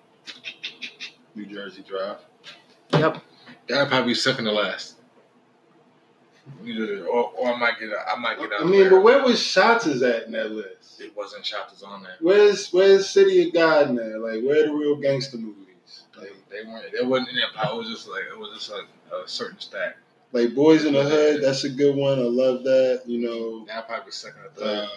Speaker 3: New Jersey Drive.
Speaker 1: Yep.
Speaker 2: That'd probably be second to last. Either, or, or I might get. a- I might get.
Speaker 3: I
Speaker 2: out
Speaker 3: mean,
Speaker 2: there.
Speaker 3: but where was Shotas at in that list?
Speaker 2: it wasn't Shotas on there.
Speaker 3: Where's Where's City of God in there? Like, where are the real gangster movies?
Speaker 2: They,
Speaker 3: Like,
Speaker 2: they weren't. It wasn't in that pile. It was just like it was just like a certain stack.
Speaker 3: like Boys in the Hood. That's a good one. I love that. You know,
Speaker 2: That probably second or third.
Speaker 3: uh,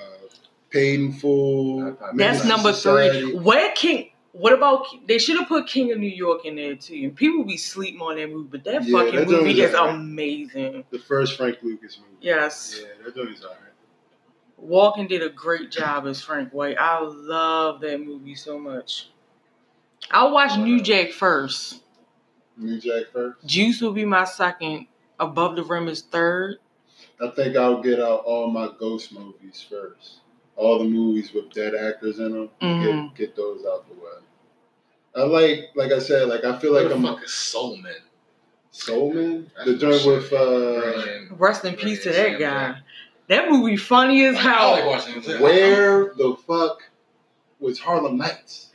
Speaker 3: Paid in Full.
Speaker 2: That's
Speaker 1: That's
Speaker 3: Menace to
Speaker 1: number
Speaker 3: Society.
Speaker 1: three. Where can What about they should have put King of New York in there too? People be sleeping on that movie, but that
Speaker 3: Yeah,
Speaker 1: fucking
Speaker 3: that joint
Speaker 1: movie
Speaker 3: was
Speaker 1: is
Speaker 3: alright.
Speaker 1: amazing.
Speaker 3: The first Frank Lucas movie.
Speaker 1: Yes,
Speaker 3: Yeah, that joint is alright.
Speaker 1: Walken did a great job as Frank White. I love that movie so much. I'll watch New Jack first.
Speaker 3: New Jack first.
Speaker 1: Juice will be my second. Above the Rim is third.
Speaker 3: I think I'll get out all my ghost movies first. All the movies with dead actors in them.
Speaker 1: Mhm.
Speaker 3: Get, get those out the way. I like, like I said, like I feel
Speaker 2: Like
Speaker 3: like
Speaker 2: the
Speaker 3: I'm
Speaker 2: fuck
Speaker 3: a
Speaker 2: is Soul Man?
Speaker 3: soulman.
Speaker 2: That's
Speaker 3: The joint
Speaker 2: my
Speaker 3: with
Speaker 2: shit.
Speaker 3: uh,
Speaker 2: Brilliant.
Speaker 1: Rest in peace to
Speaker 2: Brilliant,
Speaker 1: that
Speaker 2: Sam
Speaker 1: guy. That movie funny as
Speaker 2: Jackson. I like
Speaker 1: hell.
Speaker 2: watching it, too.
Speaker 3: where the fuck was Harlem Nights?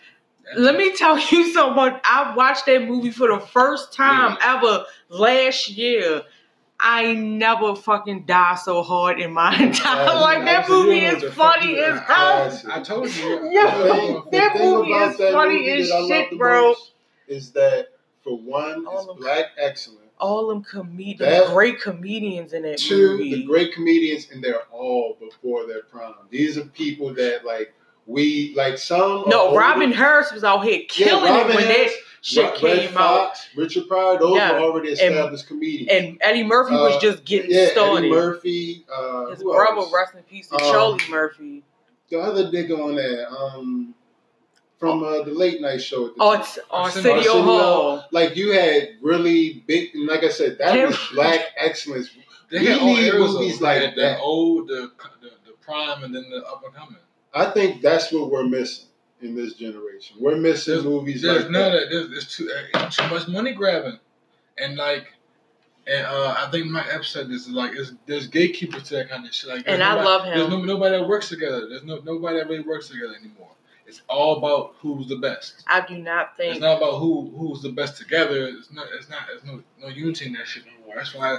Speaker 1: Let me tell you something. I watched that movie for the first time ever last year. I never fucking die so hard in my entire
Speaker 3: Uh,
Speaker 1: life. That
Speaker 3: absolutely.
Speaker 1: movie is funny
Speaker 2: I-
Speaker 1: as hell.
Speaker 2: I told you.
Speaker 1: Yo,
Speaker 3: The thing- the
Speaker 1: that
Speaker 3: thing
Speaker 1: movie
Speaker 3: about
Speaker 1: is funny as
Speaker 3: that I love
Speaker 1: shit,
Speaker 3: the
Speaker 1: bro.
Speaker 3: most Is that for one,
Speaker 1: All
Speaker 3: it's
Speaker 1: of-
Speaker 3: black excellence.
Speaker 1: All them comedians,
Speaker 3: That-
Speaker 1: great comedians in that
Speaker 3: Two,
Speaker 1: movie.
Speaker 3: the great comedians, and they're all before their prime. These are people that like we like some. are
Speaker 1: no,
Speaker 3: older-
Speaker 1: Robin Harris was out here
Speaker 3: Yeah,
Speaker 1: killing it
Speaker 3: Robin
Speaker 1: when
Speaker 3: Harris,
Speaker 1: that shit
Speaker 3: Ro-
Speaker 1: came
Speaker 3: Red
Speaker 1: out.
Speaker 3: Fox, Richard Pryor, those
Speaker 1: Yeah,
Speaker 3: were already established comedians.
Speaker 1: And Eddie Murphy
Speaker 3: Uh,
Speaker 1: was just getting
Speaker 3: yeah,
Speaker 1: started.
Speaker 3: Eddie Murphy. Uh,
Speaker 1: His
Speaker 3: who
Speaker 1: brother,
Speaker 3: else?
Speaker 1: rest in peace, to
Speaker 3: Um,
Speaker 1: Charlie Murphy.
Speaker 3: The other nigga on that, um, from uh, the late night show. At the
Speaker 1: Oh, it's
Speaker 2: Arsenio-
Speaker 1: Arsenio
Speaker 3: Arsenio
Speaker 1: Hall.
Speaker 3: like you had really big, and like I said, that
Speaker 1: Damn.
Speaker 3: was black excellence.
Speaker 2: They
Speaker 3: We
Speaker 2: had all
Speaker 3: need
Speaker 2: eras of
Speaker 3: movies
Speaker 2: it.
Speaker 3: like
Speaker 2: They had
Speaker 3: that.
Speaker 2: The old, the, the, the prime, and then the up and coming.
Speaker 3: I think that's what we're missing in this generation. We're missing
Speaker 2: There's-
Speaker 3: movies
Speaker 2: There's
Speaker 3: like
Speaker 2: none of
Speaker 3: that.
Speaker 2: that. There's, there's too uh, too much money grabbing, and like, and uh, I think my Epps said this is like, it's, there's gatekeepers to that kind of shit. Like, there's
Speaker 1: And I
Speaker 2: nobody-
Speaker 1: love
Speaker 2: There's
Speaker 1: him.
Speaker 2: no, nobody that works together. There's no nobody that really works together anymore. It's all about who's the best.
Speaker 1: I do not think
Speaker 2: It's not about who who's the best together. It's not. It's not. There's no no unity in that shit anymore. That's why.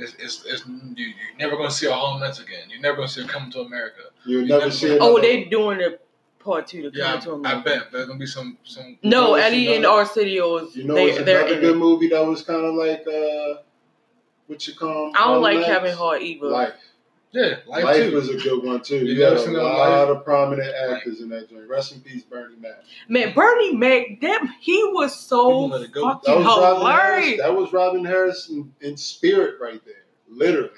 Speaker 2: It's, it's, it's, you, you're never gonna see a home nuts again. You're never gonna see a come to America.
Speaker 3: You'll
Speaker 2: you
Speaker 3: never
Speaker 2: never-
Speaker 3: see it.
Speaker 1: Oh, they doing a part two to come
Speaker 2: Yeah,
Speaker 1: to
Speaker 2: I, I
Speaker 1: America.
Speaker 2: bet there's gonna be some some.
Speaker 1: No,
Speaker 3: You know it's
Speaker 1: Eddie and
Speaker 3: another-
Speaker 1: Arsenio is
Speaker 3: You know,
Speaker 1: they
Speaker 3: it's
Speaker 1: they're
Speaker 3: another
Speaker 1: in
Speaker 3: good
Speaker 1: it.
Speaker 3: movie that was kind of like uh, what you call. 'em?
Speaker 1: I don't like
Speaker 3: Life.
Speaker 1: Kevin Hart either.
Speaker 3: Life,
Speaker 2: Yeah,
Speaker 3: Life,
Speaker 2: life, too.
Speaker 3: was a good one too.
Speaker 2: You
Speaker 3: You,
Speaker 2: never
Speaker 3: had a
Speaker 2: seen that
Speaker 3: lot of prominent actors in that joint. Rest in peace, Bernie Mac.
Speaker 1: Man, Bernie Mac, that he was so
Speaker 2: People let it go.
Speaker 3: That
Speaker 1: fucking
Speaker 3: was Robin Harris.
Speaker 1: hilarious.
Speaker 3: That was Robin Harris in, in spirit right there, literally.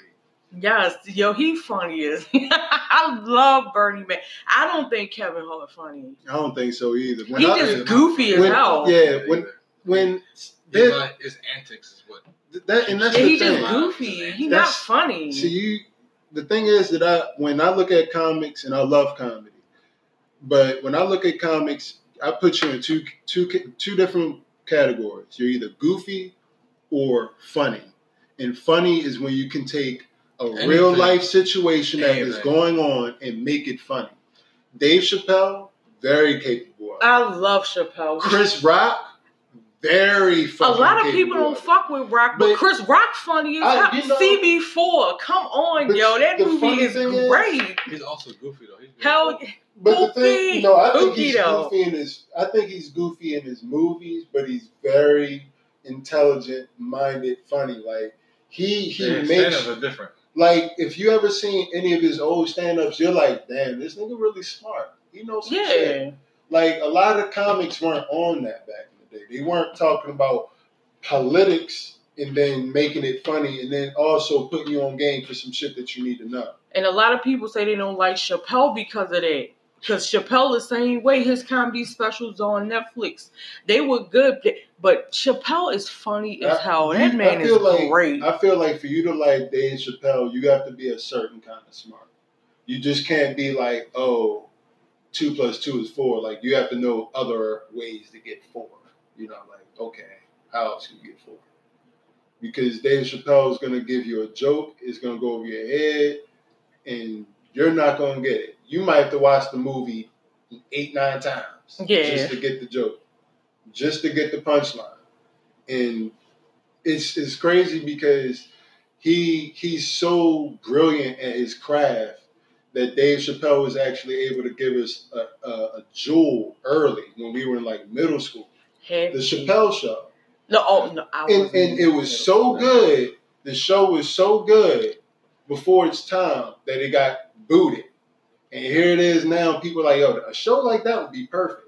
Speaker 1: Yes, yo, he funny as I love Bernie Mac. I don't think Kevin Hart funny.
Speaker 3: I don't think so either. When
Speaker 1: he
Speaker 3: I-
Speaker 1: just goofy as
Speaker 3: when-
Speaker 1: hell.
Speaker 3: yeah, when- when
Speaker 2: His
Speaker 3: that,
Speaker 2: li- his antics is what
Speaker 3: that and that's
Speaker 1: Yeah,
Speaker 3: the
Speaker 1: he
Speaker 3: thing.
Speaker 1: just goofy. He not
Speaker 3: That's-
Speaker 1: funny.
Speaker 3: See, you. The thing is that I, when I look at comics, and I love comedy, but when I look at comics, I put you in two two two different categories. You're either goofy or funny, and funny is when you can take a
Speaker 2: Anything.
Speaker 3: real life situation that is
Speaker 2: Anything.
Speaker 3: going on and make it funny. Dave Chappelle, very capable. Of it.
Speaker 1: I love Chappelle.
Speaker 3: Chris Rock, very
Speaker 1: Uh, a
Speaker 3: funny.
Speaker 1: lot of people don't fuck with Rock, but,
Speaker 3: But-
Speaker 1: Chris Rock funny as
Speaker 3: I-
Speaker 1: hell.
Speaker 3: you know-
Speaker 1: CB4, come on,
Speaker 3: But
Speaker 1: yo, that
Speaker 3: the
Speaker 1: movie
Speaker 3: funny
Speaker 1: is
Speaker 3: thing is-
Speaker 1: great.
Speaker 2: he's also goofy though. He's very
Speaker 1: Hell,
Speaker 2: goofy.
Speaker 3: But the
Speaker 1: Goofy.
Speaker 3: thing, you know, I think
Speaker 1: Goofy,
Speaker 3: he's
Speaker 1: though.
Speaker 3: goofy in his. I think he's goofy in his movies, but he's very intelligent, minded, funny. Like he he
Speaker 2: Yeah, his
Speaker 3: makes
Speaker 2: stand-ups are different.
Speaker 3: like if you ever seen any of his old stand ups, you're like, damn, this nigga really smart. He knows some shit.
Speaker 1: yeah.
Speaker 3: Like a lot of comics weren't on that back in the day. They weren't talking about politics and then making it funny and then also putting you on game for some shit that you need to know.
Speaker 1: And a lot of people say they don't like Chappelle because of that. Because Chappelle the same way. His comedy specials on Netflix. They were good, but Chappelle is funny as
Speaker 3: I-
Speaker 1: hell.
Speaker 3: you-
Speaker 1: That man
Speaker 3: I
Speaker 1: is
Speaker 3: feel like-
Speaker 1: great.
Speaker 3: I feel like for you to like Dave Chappelle, you have to be a certain kind of smart. You just can't be like, oh, two plus two is four. Like you have to know other ways to get four. You know, like okay, how else can you get four? Because Dave Chappelle is gonna give you a joke. It's gonna go over your head, and you're not gonna get it. You might have to watch the movie eight nine times
Speaker 1: Yeah.
Speaker 3: just to get the joke, just to get the punchline, and it's it's crazy because he he's so brilliant at his craft that Dave Chappelle was actually able to give us a, a, a jewel early when we were in like middle school.
Speaker 1: Had
Speaker 3: The
Speaker 1: me-
Speaker 3: Chappelle Show,
Speaker 1: No, oh, no, I
Speaker 3: and
Speaker 1: wasn't
Speaker 3: and it was so good. The show was so good before its time that it got booted, and here it is now. People are like, yo, a show like that would be perfect.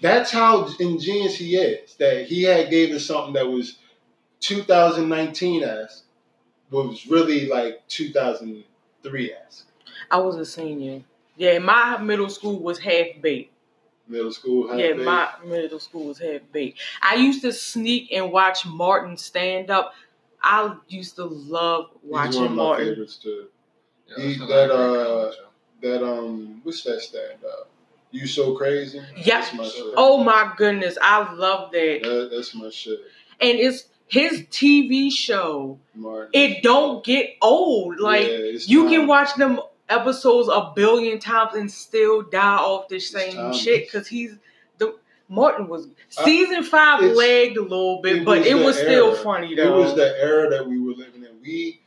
Speaker 3: That's how ingenious he is. That he had gave us something that was 2019 esque, was really like 2003 esque.
Speaker 1: I was a senior. Yeah, my middle school was half baked.
Speaker 3: Middle school, high
Speaker 1: Yeah,
Speaker 3: grade.
Speaker 1: my middle school was half baked. I used to sneak and watch Martin stand up. I used to love
Speaker 3: He's one of
Speaker 1: watching
Speaker 3: my
Speaker 1: Martin.
Speaker 3: favorites too.
Speaker 2: Yeah,
Speaker 3: He-
Speaker 2: that's a
Speaker 3: that,
Speaker 2: lot of
Speaker 3: uh,
Speaker 2: great comedy.
Speaker 3: That um, what's that stand up? You so crazy.
Speaker 1: Yeah.
Speaker 3: That's my shit.
Speaker 1: Oh my goodness, I love that.
Speaker 3: That- that's my shit.
Speaker 1: And it's his TV show.
Speaker 3: Martin.
Speaker 1: It don't get old. Like
Speaker 3: Yeah, it's
Speaker 1: you
Speaker 3: time.
Speaker 1: can watch them episodes a billion times and still die off the same
Speaker 3: timeless.
Speaker 1: shit because he's the Martin was season five
Speaker 3: Uh, it's-
Speaker 1: lagged a little bit,
Speaker 3: it
Speaker 1: but
Speaker 3: was
Speaker 1: it
Speaker 3: the
Speaker 1: was still
Speaker 3: era.
Speaker 1: funny
Speaker 3: It
Speaker 1: though.
Speaker 3: was the era that we were living in. We,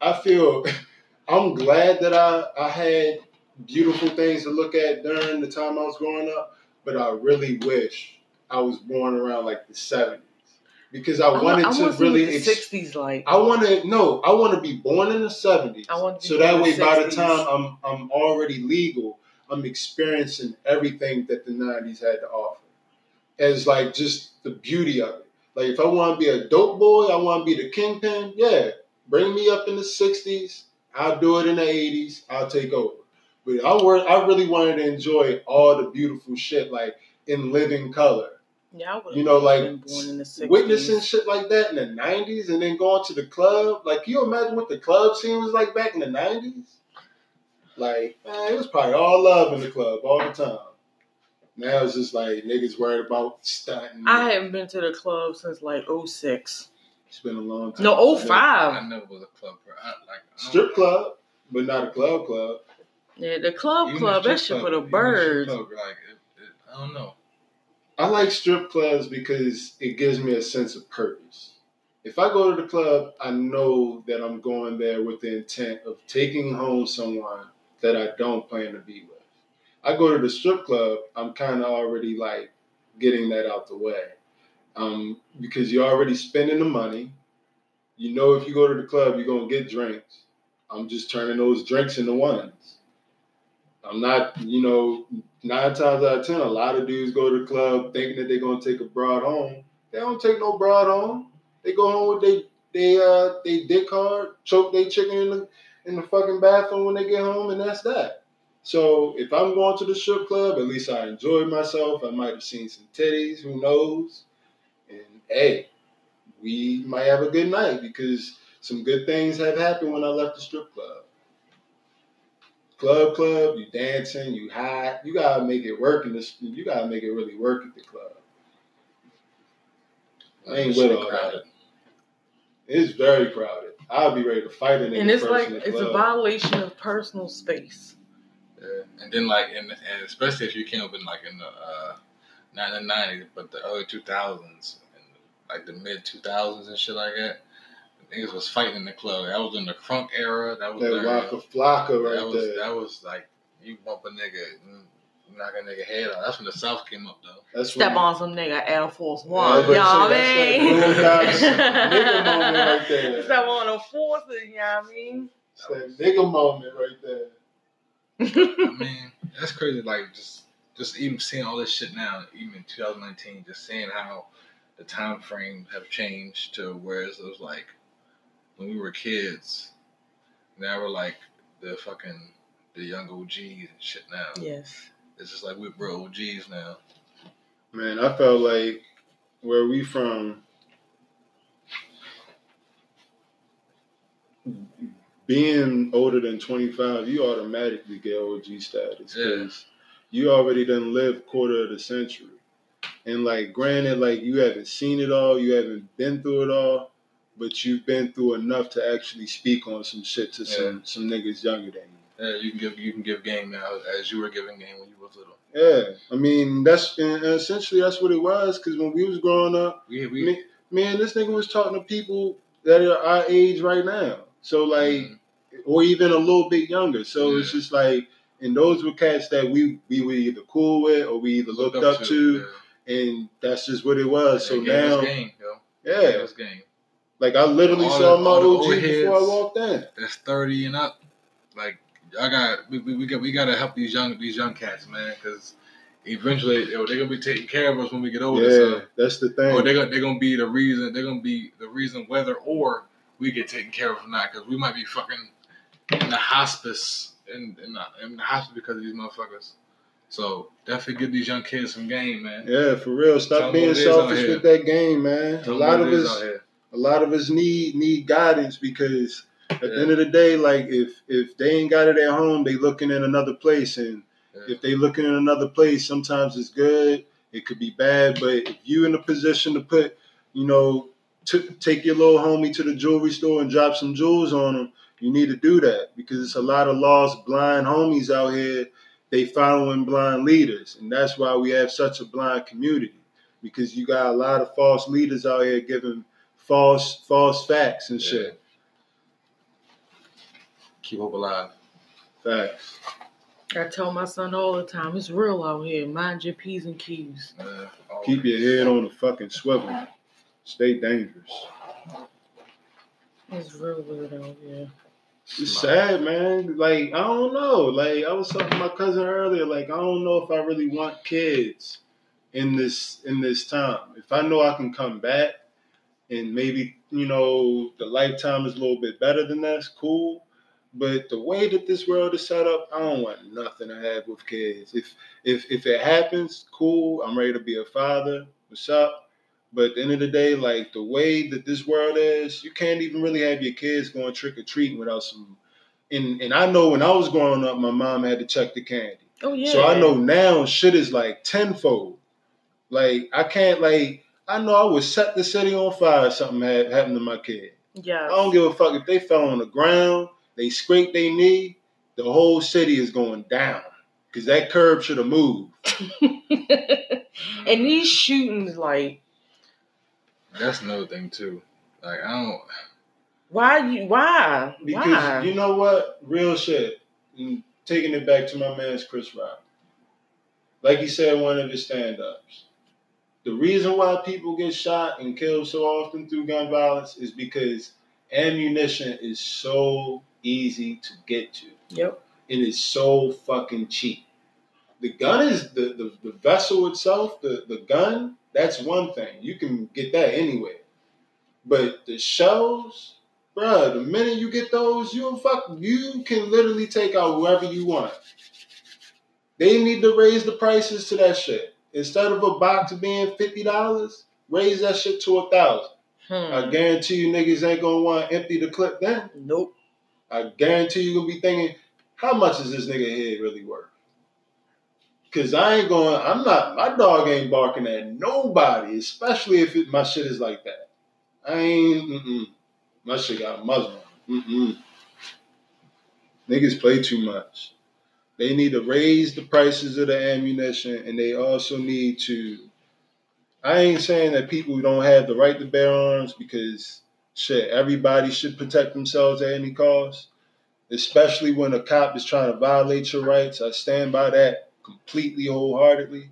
Speaker 3: I feel, I'm glad that I I had beautiful things to look at during the time I was growing up, but I really wish I was born around like the '70s because I
Speaker 1: wa-
Speaker 3: wanted
Speaker 1: I wanna
Speaker 3: to
Speaker 1: see what
Speaker 3: really.
Speaker 1: the
Speaker 3: ex-
Speaker 1: sixties like.
Speaker 3: I want to no. I want to be born in the seventies.
Speaker 1: I wanna be
Speaker 3: so
Speaker 1: born in
Speaker 3: that way,
Speaker 1: the
Speaker 3: by the
Speaker 1: 60s.
Speaker 3: time I'm I'm already legal, I'm experiencing everything that the nineties had to offer, as like just the beauty of it. Like if I want to be a dope boy, I want to be the kingpin. Yeah, bring me up in the sixties. I'll do it in the eighties. I'll take over. But I were, I really wanted to enjoy all the beautiful shit like in living color.
Speaker 1: yeah, I would've
Speaker 3: You know, like
Speaker 1: been born in the 60s.
Speaker 3: witnessing shit like that in the nineties and then going to the club. Like can you imagine what the club scene was like back in the nineties? Like, man, it was probably all love in the club all the time. Now it's just like niggas worried about stunting.
Speaker 1: I haven't been to the club since like 06.
Speaker 3: it's been a long time.
Speaker 1: No,
Speaker 2: I
Speaker 1: 05.
Speaker 2: never was a club per- I, like I don't-
Speaker 3: Strip club, but not a club club.
Speaker 1: Yeah, the club
Speaker 2: even the
Speaker 1: club, that
Speaker 2: strip
Speaker 1: shit
Speaker 2: club-
Speaker 1: for the
Speaker 2: even strip
Speaker 1: birds.
Speaker 2: club, Like it, it, I don't know.
Speaker 3: I like strip clubs because it gives me a sense of purpose. If I go to the club, I know that I'm going there with the intent of taking home someone that I don't plan to be with. I go to the strip club, I'm kind of already like getting that out the way. Um, because you're already spending the money. You know, if you go to the club, you're going to get drinks. I'm just turning those drinks into ones. I'm not, you know, nine times out of ten, a lot of dudes go to the club thinking that they're gonna take a broad home. They don't take no broad home. They go home with they they uh they dick hard, choke they chicken in the in the fucking bathroom when they get home, and that's that. So if I'm going to the strip club, at least I enjoyed myself. I might have seen some titties, who knows? And hey, we might have a good night because some good things have happened when I left the strip club club club you dancing you hot you gotta make it work in this you gotta make it really work at the club I ain't with all that. it's very crowded i'll be ready to fight a nigga
Speaker 1: And it's
Speaker 3: first
Speaker 1: like,
Speaker 3: in the
Speaker 1: it's a
Speaker 3: club.
Speaker 1: violation of personal space.
Speaker 2: Yeah. And then like in and especially if you came up in like in the uh, not in the nineties but the early two thousands and like the mid two thousands and shit like that. Niggas was fighting in the club. That was in the crunk era. That was
Speaker 3: that
Speaker 2: during-
Speaker 3: Waka Flocka right
Speaker 2: that was
Speaker 3: there
Speaker 2: that was like you bump a nigga, mm, knock a nigga head off. That's when the South came up though.
Speaker 3: that's
Speaker 1: Step
Speaker 3: when-
Speaker 1: on some nigga, Air Force
Speaker 3: I was
Speaker 1: One.
Speaker 3: about to
Speaker 1: y'all
Speaker 3: say,
Speaker 1: mean?
Speaker 3: that's that Boondocks nigga moment right there.
Speaker 1: Step on the forces, you know what I mean?
Speaker 3: it's that nigga moment right there
Speaker 2: I mean, that's crazy. Like just just even seeing all this shit now, even in 2019, just seeing how the time frame have changed to where it was like when we were kids. Now we're like the fucking the young OGs and shit now.
Speaker 1: yes.
Speaker 2: It's just like we- we're OGs now.
Speaker 3: Man, I felt like where we from, being older than 25, you automatically get OG status because you already done lived quarter of the century. And like, granted, like you haven't seen it all, you haven't been through it all, but you've been through enough to actually speak on some shit to some some niggas younger than you.
Speaker 2: Yeah, you can give you can give game now as you were giving game when you was little.
Speaker 3: Yeah, I mean that's and and essentially that's what it was because when we was growing up.
Speaker 2: We we
Speaker 3: Me- man, this nigga was talking to people that are our age right now. So
Speaker 2: mm,
Speaker 3: like, or even a little bit younger. So it's
Speaker 2: Yeah.
Speaker 3: just like, and those were cats that we we were either cool with or we either looked, up to,
Speaker 2: yeah.
Speaker 3: and that's just what it was.
Speaker 2: They
Speaker 3: So
Speaker 2: gave us
Speaker 3: now,
Speaker 2: game, yo. They gave
Speaker 3: yeah,
Speaker 2: us game.
Speaker 3: like I literally
Speaker 2: All
Speaker 3: saw
Speaker 2: the-
Speaker 3: my
Speaker 2: all the
Speaker 3: OG
Speaker 2: old
Speaker 3: before I
Speaker 2: heads.
Speaker 3: walked in.
Speaker 2: that's thirty and up. Like I got we, we, we got we gotta help these young these young cats, man, because eventually yo, they're gonna be taking care of us uh, oh, when we get older.
Speaker 3: Yeah,
Speaker 2: son.
Speaker 3: that's the thing.
Speaker 2: Or they're gonna they're gonna be the reason they're gonna be the reason whether or we get taken care of or not because we might be fucking in the hospice in in the, in the hospice because of these motherfuckers. So definitely give these young kids some game, man.
Speaker 3: yeah, for real.
Speaker 2: Tell
Speaker 3: Stop
Speaker 2: 'em
Speaker 3: being
Speaker 2: what it is out
Speaker 3: selfish
Speaker 2: here.
Speaker 3: with that game, man. A
Speaker 2: Tell 'em
Speaker 3: lot
Speaker 2: what
Speaker 3: of
Speaker 2: it is out
Speaker 3: us
Speaker 2: here.
Speaker 3: a lot of us need need guidance because at the
Speaker 2: Yeah.
Speaker 3: end of the day, like if if they ain't got it at home, they looking in another place, and
Speaker 2: Yeah.
Speaker 3: if they looking in another place, sometimes it's good, it could be bad, but if you in a position to put, you know, to take your little homie to the jewelry store and drop some jewels on him, you need to do that because it's a lot of lost blind homies out here. They following blind leaders, and that's why we have such a blind community because you got a lot of false leaders out here giving false false facts and
Speaker 2: Yeah.
Speaker 3: shit.
Speaker 2: Keep hope alive.
Speaker 3: Facts.
Speaker 1: I tell my son all the time, it's real out here. Mind your P's and Q's.
Speaker 2: man.
Speaker 3: Keep your head on the fucking swivel. Stay dangerous.
Speaker 1: It's real weird out here.
Speaker 3: It's sad, man. Like I don't know. Like I was talking to my cousin earlier. Like I don't know if I really want kids in this in this time. If I know I can come back and maybe you know the lifetime is a little bit better than that's cool. But the way that this world is set up, I don't want nothing to have with kids. If if if it happens, cool. I'm ready to be a father. What's up? But at the end of the day, like the way that this world is, you can't even really have your kids going trick or treating without some. And and I know when I was growing up, my mom had to check the candy.
Speaker 1: Oh yeah.
Speaker 3: So I know now shit is like tenfold. Like I can't like I know I would set the city on fire if something had happened to my kid. I
Speaker 1: Yes.
Speaker 3: don't give a fuck if they fell on the ground, they scraped their knee, the whole city is going down. Cause that curb should have moved.
Speaker 1: and these shootings, like,
Speaker 2: That's another thing too. Like I don't.
Speaker 1: why you why?
Speaker 3: Because
Speaker 1: why?
Speaker 3: you know what? Real shit. And taking it back to my man's Chris Rock. Like he said in one of his stand ups. The reason why people get shot and killed so often through gun violence is because ammunition is so easy to get to.
Speaker 1: yep.
Speaker 3: And it's so fucking cheap. The gun is the, the, the vessel itself, the, the gun, that's one thing. You can get that anywhere. But the shells, bruh, the minute you get those, you fuck you can literally take out whoever you want. They need to raise the prices to that shit. Instead of a box being fifty dollars, raise that shit to a thousand.
Speaker 1: Hmm.
Speaker 3: I guarantee you niggas ain't gonna want to empty the clip then.
Speaker 1: nope.
Speaker 3: I guarantee you're gonna be thinking, how much is this nigga head really worth? Cause I ain't going, I'm not, my dog ain't barking at nobody, especially if it, my shit is like that. I ain't, mm-mm. My shit got a muzzle on it. Mm-mm. Niggas play too much. They need to raise the prices of the ammunition and they also need to, I ain't saying that people don't have the right to bear arms because shit, everybody should protect themselves at any cost, especially when a cop is trying to violate your rights. I stand by that completely wholeheartedly.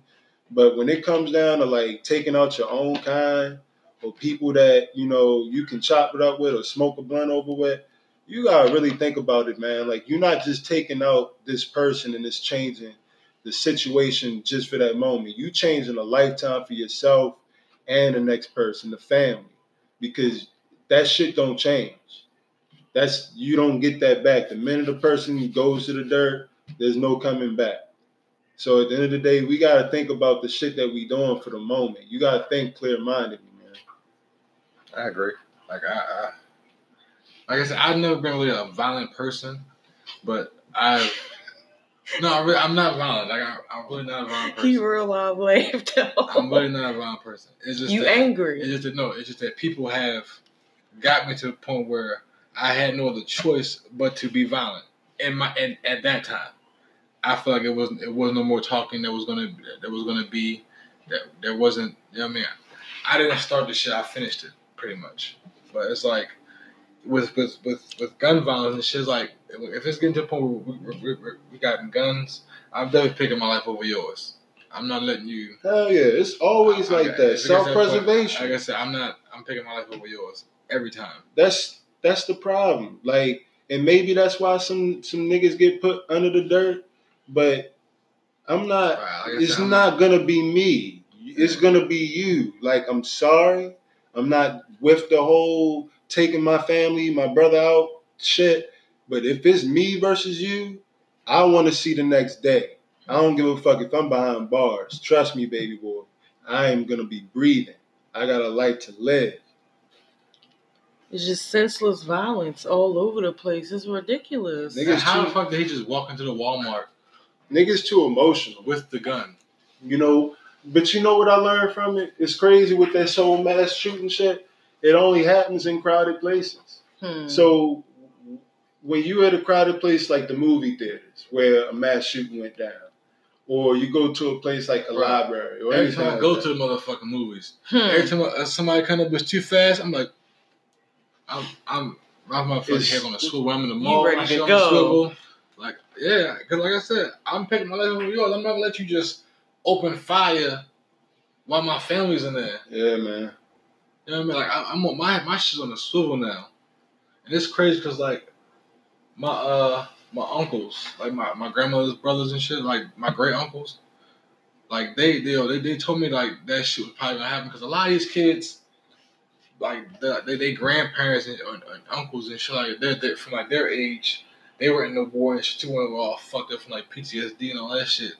Speaker 3: But when it comes down to like taking out your own kind or people that, you know, you can chop it up with or smoke a blunt over with, you gotta really think about it, man. Like you're not just taking out this person and it's changing the situation just for that moment. You changing a lifetime for yourself and the next person, the family. Because that shit don't change. That's you don't get that back. The minute a person goes to the dirt, there's no coming back. So at the end of the day, we gotta think about the shit that we doing for the moment. You gotta think clear minded, man.
Speaker 2: I agree. Like I, I like I said, I've never been really a violent person, but I. No, I really, I'm not violent. Like I, I'm really not a violent
Speaker 1: He
Speaker 2: person.
Speaker 1: real live laughed
Speaker 2: I'm
Speaker 1: out.
Speaker 2: really not a violent person. It's just
Speaker 1: You
Speaker 2: that,
Speaker 1: angry.
Speaker 2: It's just that no. It's just that people have got me to the point where I had no other choice but to be violent. And my and at that time, I felt like it was it was no more talking. That was gonna that was gonna be that there wasn't. You know what I mean, I didn't start the shit. I finished it pretty much. But it's like with with with, with gun violence and shit's like if it's getting to the point where we, we, we, we got guns, I'm definitely picking my life over yours. I'm not letting you.
Speaker 3: Hell yeah, it's always
Speaker 2: I- I-
Speaker 3: like
Speaker 2: I-
Speaker 3: that.
Speaker 2: it's against
Speaker 3: Self
Speaker 2: that point.
Speaker 3: preservation.
Speaker 2: Like I said, I'm not. I'm picking my life over yours every time.
Speaker 3: That's that's the problem. Like, and maybe that's why some some niggas get put under the dirt. But I'm not.
Speaker 2: Wow, like I
Speaker 3: It's
Speaker 2: said, I'm
Speaker 3: not gonna be me. It's
Speaker 2: Yeah.
Speaker 3: gonna be you. Like I'm sorry. I'm not with the whole taking my family, my brother out shit. But if it's me versus you, I want to see the next day. I don't give a fuck if I'm behind bars. Trust me, baby boy. I am gonna be breathing. I got a life to live.
Speaker 1: It's just senseless violence all over the place. It's ridiculous.
Speaker 3: Nigga. niggas
Speaker 2: how
Speaker 3: too-
Speaker 2: the fuck did he just walk into the Walmart
Speaker 3: Niggas too emotional.
Speaker 2: with the gun?
Speaker 3: you know. But you know what I learned from it? It's crazy with that soul mass shooting shit. It only happens in crowded places.
Speaker 2: Mm.
Speaker 1: Hmm.
Speaker 3: So when you at a crowded place like the movie theaters where a mass shooting went down, or you go to a place like a
Speaker 2: Right.
Speaker 3: library, or
Speaker 2: Every
Speaker 3: anything
Speaker 2: time I
Speaker 3: like
Speaker 2: go
Speaker 3: that.
Speaker 2: to the motherfucking movies,
Speaker 1: Hmm.
Speaker 2: every time uh, somebody kind of was too fast, I'm like, I'm, I'm, my motherfucking
Speaker 3: It's-
Speaker 2: head on a swivel. I'm in the mall,
Speaker 1: ready
Speaker 2: my
Speaker 1: to
Speaker 2: shit on
Speaker 1: go.
Speaker 2: a swivel. Like, yeah, because like I said, I'm picking my life up with yours. I'm not gonna let you just open fire while my family's in there.
Speaker 3: yeah, man.
Speaker 2: You know what I mean? Like, I, I'm on my my shit's on a swivel now, and it's crazy because like my uh my uncles, like my, my grandmother's brothers and shit, like my great uncles, like they they they, they told me like that shit was probably gonna happen because a lot of these kids, like the, they they grandparents and, and, and uncles and shit like they're, they're from like their age, they were in the war and shit too, and were all fucked up from like PTSD and all that shit.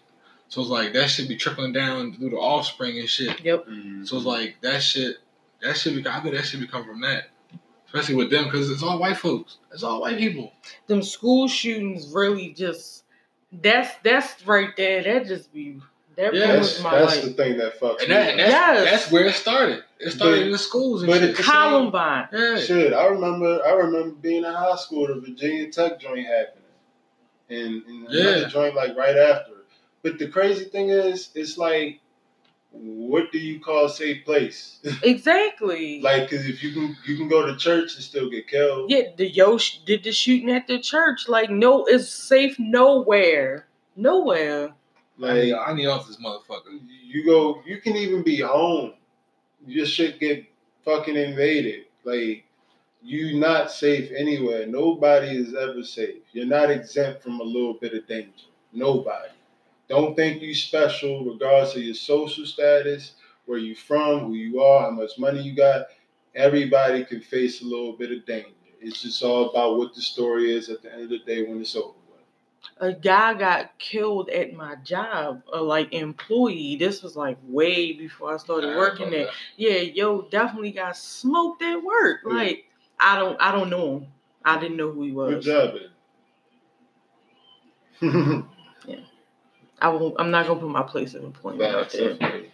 Speaker 2: So it's like that should be trickling down through the offspring and shit.
Speaker 1: Yep.
Speaker 3: Mm.
Speaker 2: So it's like that shit. That shit. Be, I think that shit be come from that, especially with them, because it's all white folks. It's all white people.
Speaker 1: Them school shootings really just that's that's right there. That just be that
Speaker 2: Yeah,
Speaker 3: that's
Speaker 1: ruins my
Speaker 3: that's
Speaker 1: life.
Speaker 3: the thing that fucks
Speaker 2: And,
Speaker 3: me.
Speaker 2: that, and that's
Speaker 1: Yes.
Speaker 2: that's where it started. It started
Speaker 3: But-
Speaker 2: in the schools and
Speaker 3: but
Speaker 2: shit.
Speaker 3: it's-
Speaker 1: Columbine.
Speaker 2: yeah.
Speaker 3: up. Shit, I remember. I remember being in high school. The Virginia Tech joint happening, and, and
Speaker 2: Yeah.
Speaker 3: another joint like right after. But the crazy thing is, it's like, what do you call a safe place?
Speaker 1: Exactly.
Speaker 3: Like, cause if you can you can go to church and still get killed.
Speaker 1: yeah, the yo sh- did the shooting at the church. Like no, it's safe nowhere. Nowhere.
Speaker 2: I need,
Speaker 3: Like
Speaker 2: I need off this motherfucker.
Speaker 3: you go, you can even be home. Your shit get fucking invaded. Like you not safe anywhere. Nobody is ever safe. You're not exempt from a little bit of danger. Nobody. Don't think you special, regardless of your social status, where you from, who you are, how much money you got. Everybody can face a little bit of danger. It's just all about what the story is at the end of the day when it's over. with.
Speaker 1: a guy got killed at my job, a like employee. This was like way before I started working there. Yeah, yo, definitely got smoked at work.
Speaker 3: Yeah.
Speaker 1: Like I don't, I don't know him. I didn't know who he
Speaker 3: Good
Speaker 1: was.
Speaker 3: job, baby.
Speaker 1: I won't. I'm not gonna put my place of employment out
Speaker 3: Facts,
Speaker 1: there.
Speaker 3: definitely.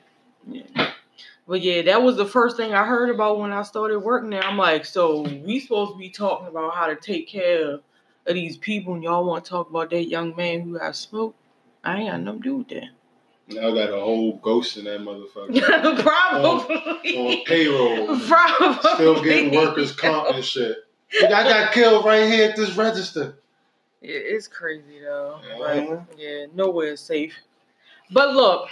Speaker 1: But yeah, that was the first thing I heard about when I started working there. I'm like, so we supposed to be talking about how to take care of these people, and y'all want to talk about that young man who got smoked? I ain't got nothing to do with that.
Speaker 3: Now I got a whole ghost in that motherfucker. On
Speaker 1: Probably.
Speaker 3: payroll.
Speaker 1: Probably.
Speaker 3: Oh, Still getting workers comp and shit. Nigga, I got killed right here at this register.
Speaker 1: It- It's crazy though.
Speaker 3: Yeah.
Speaker 1: But yeah, nowhere is safe. But look,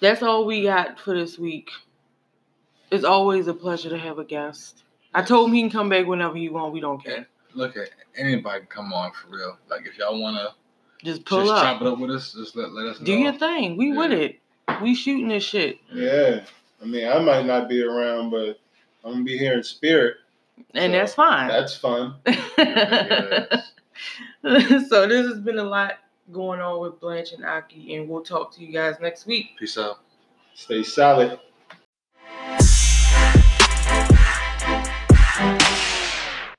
Speaker 1: that's all we got for this week. It's always a pleasure to have a guest. I told him he can come back whenever he want. We don't care.
Speaker 2: Look at anybody. can Come on, for real. Like if y'all wanna
Speaker 1: Just pull
Speaker 2: just
Speaker 1: up.
Speaker 2: chop it up with us, just let, let us
Speaker 1: Do
Speaker 2: know.
Speaker 1: your thing. We
Speaker 2: Yeah.
Speaker 1: with it. We shooting this shit.
Speaker 3: Yeah. I mean, I might not be around, but I'm gonna be here in spirit.
Speaker 1: And
Speaker 3: So,
Speaker 1: that's fine.
Speaker 3: That's fun.
Speaker 2: Yes.
Speaker 1: so this has been a lot going on with Blanche and Aki, and we'll talk to you guys next week.
Speaker 2: Peace out.
Speaker 3: Stay solid.